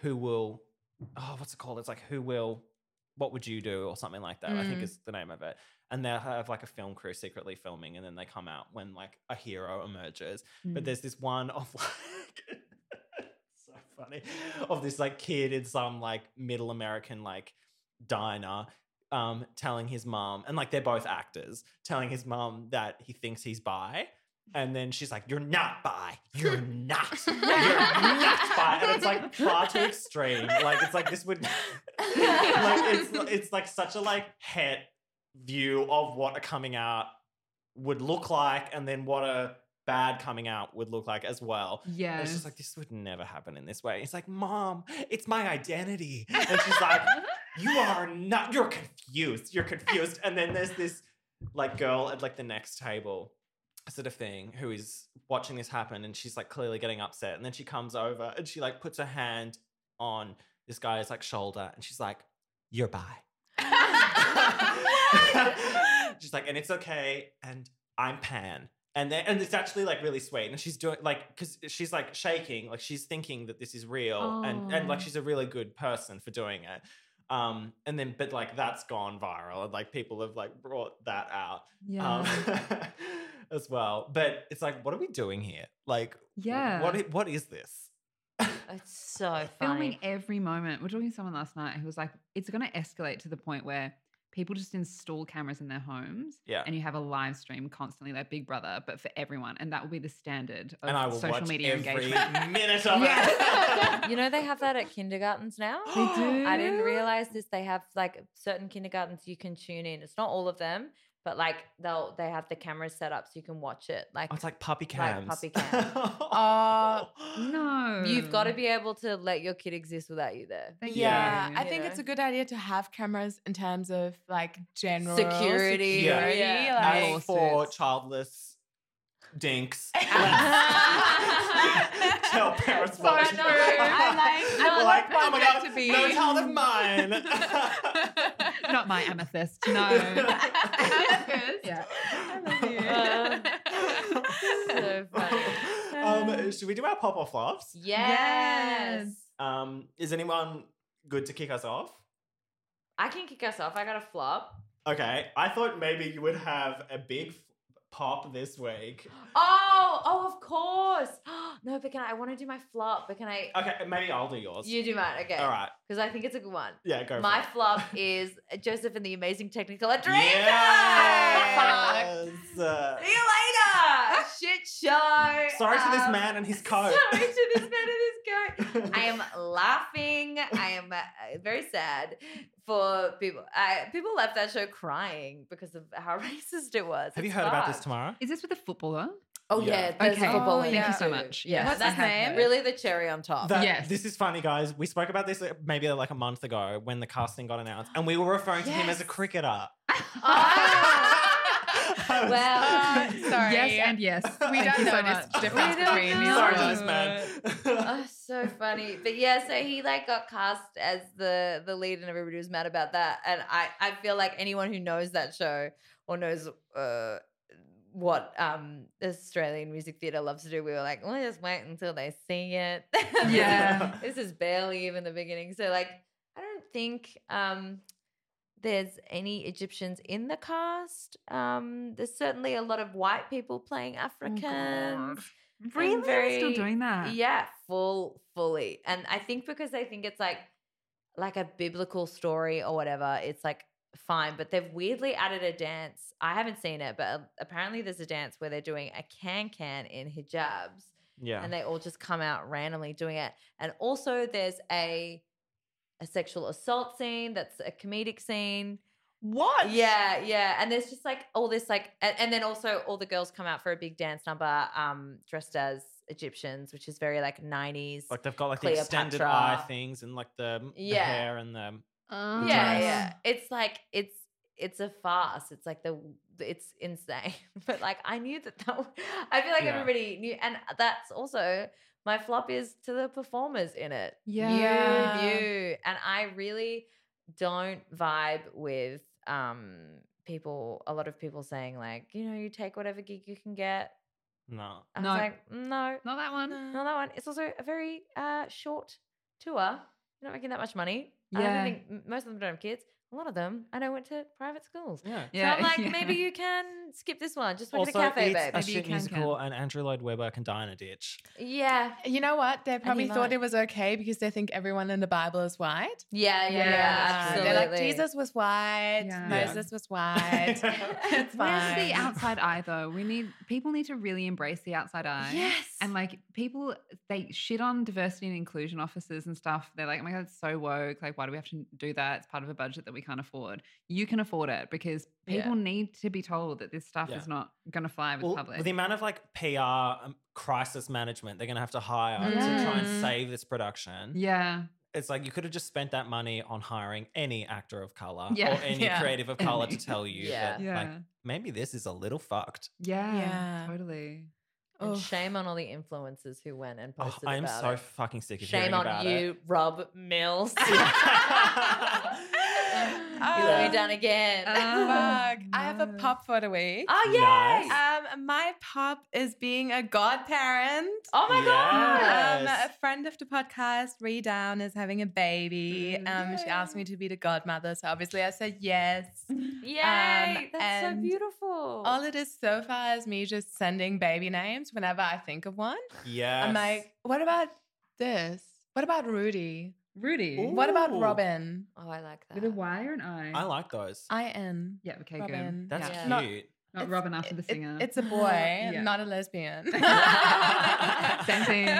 S3: who will oh what's it called? It's like who will what would you do or something like that. I think
S4: Mm.
S3: is the name of it. And they'll have like a film crew secretly filming and then they come out when like a hero emerges.
S6: Hmm.
S3: But there's this one of like so funny of this like kid in some like middle American like diner um telling his mom and like they're both actors telling his mom that he thinks he's bi and then she's like you're not bi you're not you're not bi and it's like far too extreme like it's like this would like it's it's like such a like het view of what a coming out would look like and then what a bad coming out would look like as well
S6: Yeah.
S3: and it's just like, this would never happen in this way. It's like, Mom, it's my identity. And she's like, You are not, you're confused. You're confused. And then there's this like girl at like the next table, sort of thing, who is watching this happen and she's like clearly getting upset. And then she comes over and she like puts her hand on this guy's like shoulder and she's like, You're bi. she's like, and it's okay, and I'm Pan. And then, and it's actually like really sweet. And she's doing like, because she's like shaking, like she's thinking that this is real, and and like
S6: Aw.
S3: she's a really good person for doing it. Um, and then, but like that's gone viral, and like people have like brought that out
S6: yeah.
S3: um, as well. But it's like, what are we doing here? Like,
S6: yeah.
S3: what i- what is this?
S2: it's so
S6: filming
S2: funny.
S6: every moment. We're talking to someone last night who was like, it's going to escalate to the point where people just install cameras in their homes
S3: Yeah.
S6: and you have a live stream constantly, like Big Brother, but for everyone. And that will be the standard of
S3: and I will
S6: social
S3: watch
S6: media
S3: every
S6: engagement.
S3: minute of
S6: Yeah.
S3: it.
S2: you know they have that at kindergartens now.
S6: They do.
S2: I didn't realize this. They have like certain kindergartens you can tune in. It's not all of them, but like they'll they have the cameras set up so you can watch it. Like
S3: Oh, it's like puppy
S2: Like
S3: cams.
S2: puppy cam.
S4: Uh,
S3: oh,
S6: Uh, No.
S2: you've got to
S6: Mm.
S2: be able to let your kid exist without you there.
S6: Thank
S4: Yeah,
S6: you.
S4: I think it's a good idea to have cameras in terms of like general
S2: Security,
S3: Yeah.
S4: security,
S2: yeah.
S4: like-
S3: As for
S6: lawsuits.
S3: childless dinks. let's Tell
S4: Sorry,
S3: parents
S4: no,
S3: what to do.
S4: I like- I
S3: We're
S4: like
S3: oh my
S4: that
S3: god,
S4: to be-
S3: no child of mine.
S6: Not my amethyst. No.
S4: Amethyst.
S6: yeah.
S4: I love you.
S2: Um, So funny.
S3: um, should we do our pop off laughs?
S2: Yes.
S3: Um, is anyone good to kick us off?
S2: I can kick us off. I got a flop.
S3: Okay, I thought maybe you would have a big f- pop this week.
S2: Oh, oh, of course. no, but can I? I want to do my flop, but can I?
S3: Okay, maybe I'll do yours.
S2: You do mine, okay?
S3: All right,
S2: Because I think it's a good one.
S3: yeah, go.
S2: my
S3: for
S2: flop is Joseph and the Amazing Technicolor
S3: it.
S2: Dreamcoat.
S3: Yes! Uh,
S2: See you later. Shit show.
S3: Sorry to this
S2: Um,
S3: man and his coat.
S2: Sorry to this man and his coat. I am laughing. I am uh, very sad for people. I, people left that show crying because of how racist it was.
S3: Have you
S2: It's
S3: heard about this
S2: fucked.
S3: tomorrow?
S6: Is this with a footballer?
S2: Oh
S3: Yeah.
S2: yeah, there's
S6: Okay.
S2: a football
S4: Oh,
S2: in
S4: thank
S2: it
S4: you
S6: so
S2: too.
S6: much.
S2: Yeah,
S6: Yes,
S4: What's
S2: that's
S4: his name?
S2: Really, the cherry on top.
S3: That-
S6: Yes.
S3: This is funny, guys. We spoke about this uh, maybe like a month ago when the casting got announced, and we were referring to him as a
S2: Yes.
S3: cricketer.
S2: Oh.
S3: I was-
S2: Well,
S4: Uh, sorry.
S6: Yes and yes.
S4: we don't know
S6: So
S4: much
S6: much.
S4: difference
S2: We don't
S4: between these
S2: know.
S3: Sorry to
S4: girls.
S3: this man.
S2: oh, so funny. But yeah, so he like got cast as the the lead, and everybody was mad about that. And I I feel like anyone who knows that show or knows uh what um Australian music theatre loves to do, we were like, well, just wait until they see it.
S6: Yeah.
S2: this is barely even the beginning. So like, I don't think um there's any Egyptians in the cast. Um, there's certainly a lot of white people playing Africans.
S6: Oh, Really? They're
S2: very-
S6: still doing that?
S2: Yeah, full, fully. And I think because they think it's like like a biblical story or whatever, it's like fine. But they've weirdly added a dance. I haven't seen it, but uh, apparently there's a dance where they're doing a can can in hijabs,
S3: yeah.
S2: and they all just come out randomly doing it. And also there's a a sexual assault scene that's a comedic scene.
S4: What?
S2: Yeah, yeah. And there's just like all this like and, and then also all the girls come out for a big dance number um dressed as Egyptians, which is very like 90s.
S3: Like they've got like the extended
S2: Cleopatra.
S3: eye things and like the, the
S2: Yeah.
S3: hair and the
S6: Oh,
S2: yeah, yeah. It's like it's it's a farce. It's like the it's insane. But like I knew that that w- I feel like
S3: Yeah.
S2: everybody knew and that's also my flop is to the performers in it.
S4: Yeah.
S2: You knew. And I really don't vibe with um people a lot of people saying like, you know, you take whatever gig you can get.
S3: No.
S2: I
S6: No.
S2: was like, no,
S6: Not that one.
S2: no, that one. It's also a very uh, short tour. You're not making that much money. I
S6: Yeah.
S2: don't think m- most of them don't have kids. A lot of them, I know, went to private schools.
S3: Yeah.
S2: So I'm like, maybe you can skip this one. Just work at a
S3: Also,
S2: cafe,
S3: it's uh,
S2: babe.
S3: a
S6: Maybe you
S3: shit
S6: can
S3: musical,
S6: count.
S3: and Andrew Lloyd Webber can die in a ditch.
S2: yeah.
S4: You know what? They probably thought
S2: might.
S4: it was okay because they think everyone in the Bible is white.
S2: Yeah, yeah, yeah.
S6: Yeah.
S2: absolutely.
S4: They're like, Jesus was white,
S3: Yeah.
S6: Yeah.
S4: Moses was white. it's fine.
S6: Where's the outside eye though? We need people need to really embrace the outside eye.
S2: Yes.
S6: And like people, they shit on diversity and inclusion officers and stuff. They're like, oh my God, it's so woke. Like, why do we have to do that? It's part of a budget that we can't afford. You can afford it because
S2: Yeah.
S6: people need to be told that this stuff
S3: Yeah.
S6: is not going to fly with
S3: Well,
S6: the public.
S3: the amount of like PR um, crisis management they're going to have to hire to try
S4: Mm.
S3: and save this production.
S6: yeah.
S3: It's like you could have just spent that money on hiring any actor of color
S6: Yeah.
S3: or any
S4: Yeah.
S3: creative of color to
S6: Any.
S3: tell you
S2: Yeah.
S3: that
S6: Yeah.
S3: like maybe this is a little fucked.
S6: yeah.
S4: Yeah.
S6: Totally.
S2: And
S4: Oof.
S2: shame on all the influencers who went and
S3: Oh,
S2: posted
S3: I am
S2: about
S3: so
S2: it.
S3: fucking sick of
S2: Shame
S3: hearing
S2: on
S3: about
S2: you,
S3: it.
S2: Rob Mills. you let
S4: Um,
S2: me down again.
S6: uh,
S4: Fuck. I have a
S6: no.
S4: pop for the week.
S2: oh yeah.
S3: Nice.
S4: Um, my pop is being a godparent.
S2: Oh my god.
S4: Um,
S3: Yes.
S4: a friend of the podcast, Ree Down, is having a baby.
S6: Mm.
S4: Um, she asked me to be the godmother, so obviously I said yes.
S2: Yay. that's so
S4: and
S2: beautiful.
S4: All it is so far is me just sending baby names whenever I think of one.
S3: Yes.
S4: I'm like, what about this? What about Rudy?
S6: Rudy.
S3: Ooh.
S4: What about
S3: Ooh.
S4: Robin?
S2: oh, I like that.
S6: With a Y or an I?
S3: I like those.
S4: I N.
S6: Yeah. Okay. Good.
S4: Robin.
S3: That's
S2: Um, Yeah.
S4: Not-
S3: cute.
S6: Not
S4: It's-
S6: Robin after the
S4: it- it-
S6: singer.
S4: it's a boy,
S6: Yeah.
S4: not a lesbian.
S6: Same thing.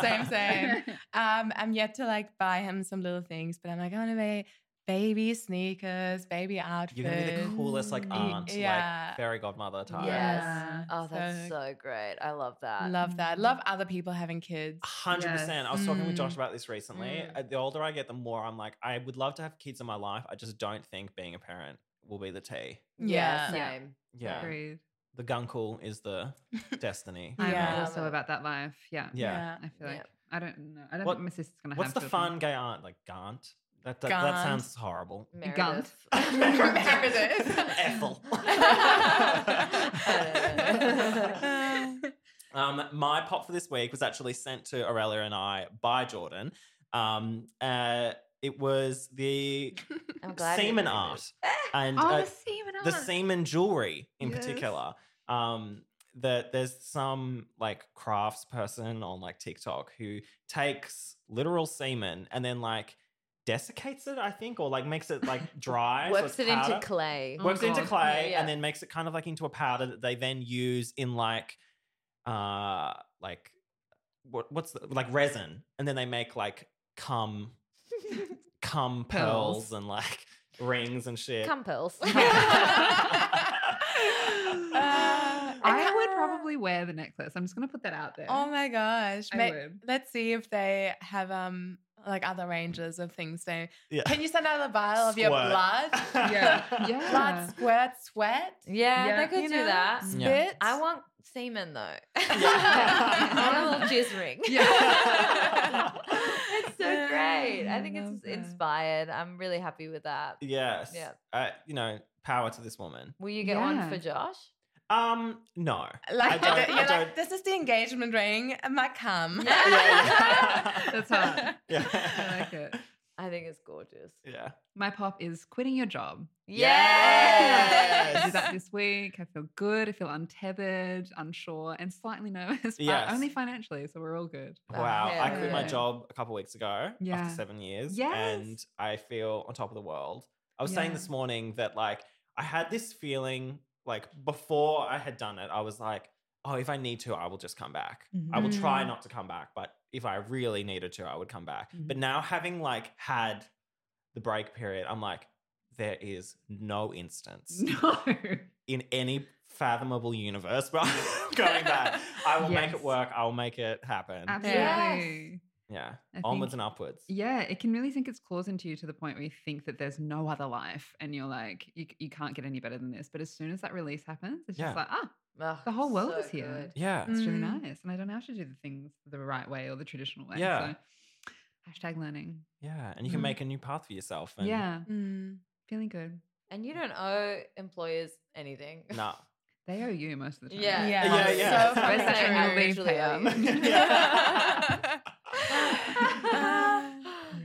S4: Same, same. Um, I'm yet to like buy him some little things, but I'm like, I want to buy baby sneakers, baby outfits.
S3: You're gonna be the coolest like
S6: Mm.
S3: aunt,
S4: yeah.
S3: like fairy godmother type.
S2: Yes.
S6: Yeah.
S2: Oh, that's
S4: So-
S2: so great. I love that.
S4: Love that. Love other people having kids.
S3: Hundred percent. I was talking with
S4: Mm.
S3: Josh about this recently.
S2: Mm.
S3: Uh, The older I get, the more I'm like, I would love to have kids in my life. I just don't think being a parent will be the T.
S2: yeah,
S4: Yeah.
S6: Yeah.
S2: same.
S3: Yeah,
S6: Agreed.
S3: the gunkle is the destiny.
S6: I'm
S4: Yeah.
S6: also about that life. Yeah.
S3: Yeah.
S6: I feel
S2: Yeah.
S6: like I don't know. I don't
S3: What-
S6: think my sister's gonna
S3: What's
S6: have
S3: the
S6: children.
S3: fun gay aunt like? Gant. That that,
S4: Gaunt.
S3: that sounds horrible.
S2: Meredith.
S4: Meredith.
S3: Ethel. Um, my pop for this week was actually sent to Aurelia and I by Jordan. Um, uh, it was the
S2: I'm glad you
S3: semen
S2: remembered.
S3: art and
S6: Oh,
S3: uh,
S6: the semen
S3: the
S6: art.
S3: semen jewelry in
S6: Yes.
S3: particular. Um, that there's some like crafts person on like TikTok who takes literal semen and then like desiccates it, I think, or like makes it like dry. so
S2: Works
S3: it's
S2: it into
S3: powder.
S2: clay.
S6: Oh
S3: works it into
S6: God.
S3: clay
S2: Yeah.
S3: and then makes it kind of like into a powder that they then use in like uh like what what's the, like resin and then they make like cum cum pearls,
S6: Pearls.
S3: and like rings and shit
S2: Cum pearls.
S4: Uh,
S6: I would probably wear the necklace. I'm just gonna put that out there.
S4: Ah. Oh my gosh.
S6: I
S4: Ma-
S6: would.
S4: let's see if they have um like other ranges of things. They
S3: yeah
S4: can you send out a vial of your
S3: Squirt.
S4: blood?
S6: Yeah. Yeah.
S4: Blood, squirt, sweat.
S2: yeah,
S6: Yeah.
S2: they could
S4: You
S2: do
S4: know?
S2: that.
S4: Spit.
S3: Yeah.
S2: I want semen though. I
S6: Yeah.
S2: want a little jizz ring.
S6: Yeah.
S2: it's so great. I think
S4: Love
S2: it's
S4: that.
S2: inspired. I'm really happy with that.
S3: yes
S2: Yeah.
S3: uh, you know power to this woman
S2: Will you get one
S6: Yeah.
S2: for Josh?
S3: um no
S4: Like
S3: I don't-
S4: you're
S3: I
S4: like,
S3: don't-
S4: this is the engagement ring, my cum.
S3: yeah.
S6: That's hot.
S3: yeah
S6: I like it.
S2: I think it's gorgeous.
S3: yeah
S6: My pop is quitting your job. I did
S3: Yes.
S6: that this week. I feel good. I feel untethered, unsure, and slightly nervous, but
S3: Yes.
S6: only financially. So we're all good.
S2: Oh,
S3: Wow, I
S2: hell
S3: quit my
S4: yeah.
S3: job a couple weeks ago
S6: Yeah.
S3: after seven years,
S6: Yes.
S3: and I feel on top of the world. I was saying
S6: Yeah.
S3: this morning that like I had this feeling like before I had done it, I was like, oh, if I need to, I will just come back. I will try
S4: Mhm.
S6: Mm-hmm.
S3: not to come back, but if I really needed to, I would come back.
S6: Mhm.
S3: But now having like had the break period, I'm like, there is no instance
S6: No.
S3: in any fathomable universe, but I'm going back. I will make
S6: Yes.
S3: it work. I will make it happen.
S6: Absolutely.
S3: Yeah.
S6: I
S3: Onwards
S6: think-
S3: and upwards.
S6: Yeah, it can really sink its claws into you to the point where you think that there's no other life and you're like, you, c- you can't get any better than this. But as soon as that release happens, it's
S3: Yeah.
S6: just like, ah,
S2: Ugh,
S6: The whole world
S2: so
S6: is here.
S2: good.
S3: Yeah.
S6: it's really
S4: Mm.
S6: nice. And I don't have to do the things the right way or the traditional way.
S3: Yeah.
S6: So, hashtag learning.
S3: Yeah. And you can
S6: Mm.
S3: make a new path for yourself. And
S6: yeah,
S4: Mm.
S6: feeling good.
S2: And you don't owe employers anything.
S3: Nah.
S6: They owe you most of the time.
S2: Yeah.
S4: Yeah,
S3: Yeah, yeah.
S4: So fucking
S6: Where's that
S4: true.
S6: I'll leave
S2: literally owe
S6: payout?
S2: you.
S3: Yeah.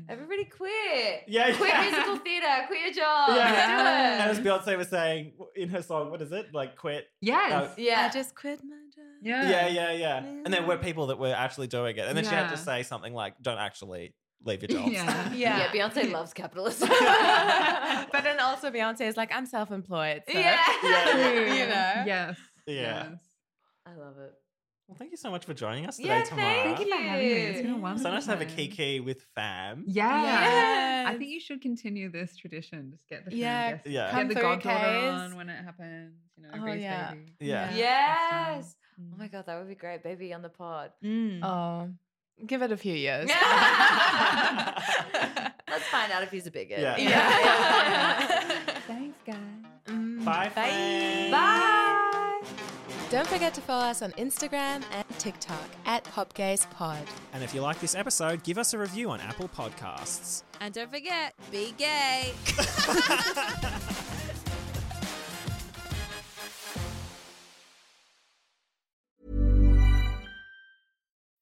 S2: Everybody quit.
S3: Yeah,
S2: Quit
S3: yeah.
S2: musical theater. Quit your job.
S3: Yeah.
S2: Do
S3: And as
S2: it.
S3: Beyonce was saying in her song, what is it? Like quit.
S6: Yes.
S2: Yeah.
S4: I just quit my job.
S6: yeah.
S3: Yeah, yeah, yeah. And there were people that were actually doing it. And then she had to
S6: Yeah.
S3: say something like, don't actually leave your jobs.
S6: Yeah.
S4: Yeah.
S2: Yeah, Beyonce loves capitalism.
S4: but then also Beyonce is like, I'm self-employed. So.
S2: yeah.
S3: Yeah, yeah.
S4: You know?
S6: Yes.
S3: Yeah.
S6: Yes.
S2: I love it.
S3: Well, thank you so much for joining us today,
S2: Yeah,
S3: Tamara.
S2: thank
S6: Thank you for having me. It's been a
S4: you.
S6: while.
S3: So nice to have a kiki with fam.
S6: Yeah.
S4: Yes.
S6: I think you should continue this tradition. Just get the fam
S4: Yeah,
S6: guests-
S3: Yeah.
S6: get
S4: come
S6: the
S4: through,
S6: goddaughter
S4: Kays.
S6: on when it happens. You know,
S4: Oh,
S6: Breeze
S4: yeah.
S6: baby.
S3: Yeah.
S4: Yeah.
S2: Yes.
S6: Mm.
S2: Oh my God, that would be great. Baby on the pod.
S6: Mm.
S4: Oh, give it a few years.
S2: Let's find out if he's a bigot.
S3: Yeah.
S4: Yeah.
S6: Thanks, guys.
S4: Mm.
S3: Bye, friends.
S2: Bye.
S4: Don't forget to follow us on Instagram and TikTok at PopGazePod.
S3: And if you like this episode, give us a review on Apple Podcasts.
S7: And don't forget, be gay.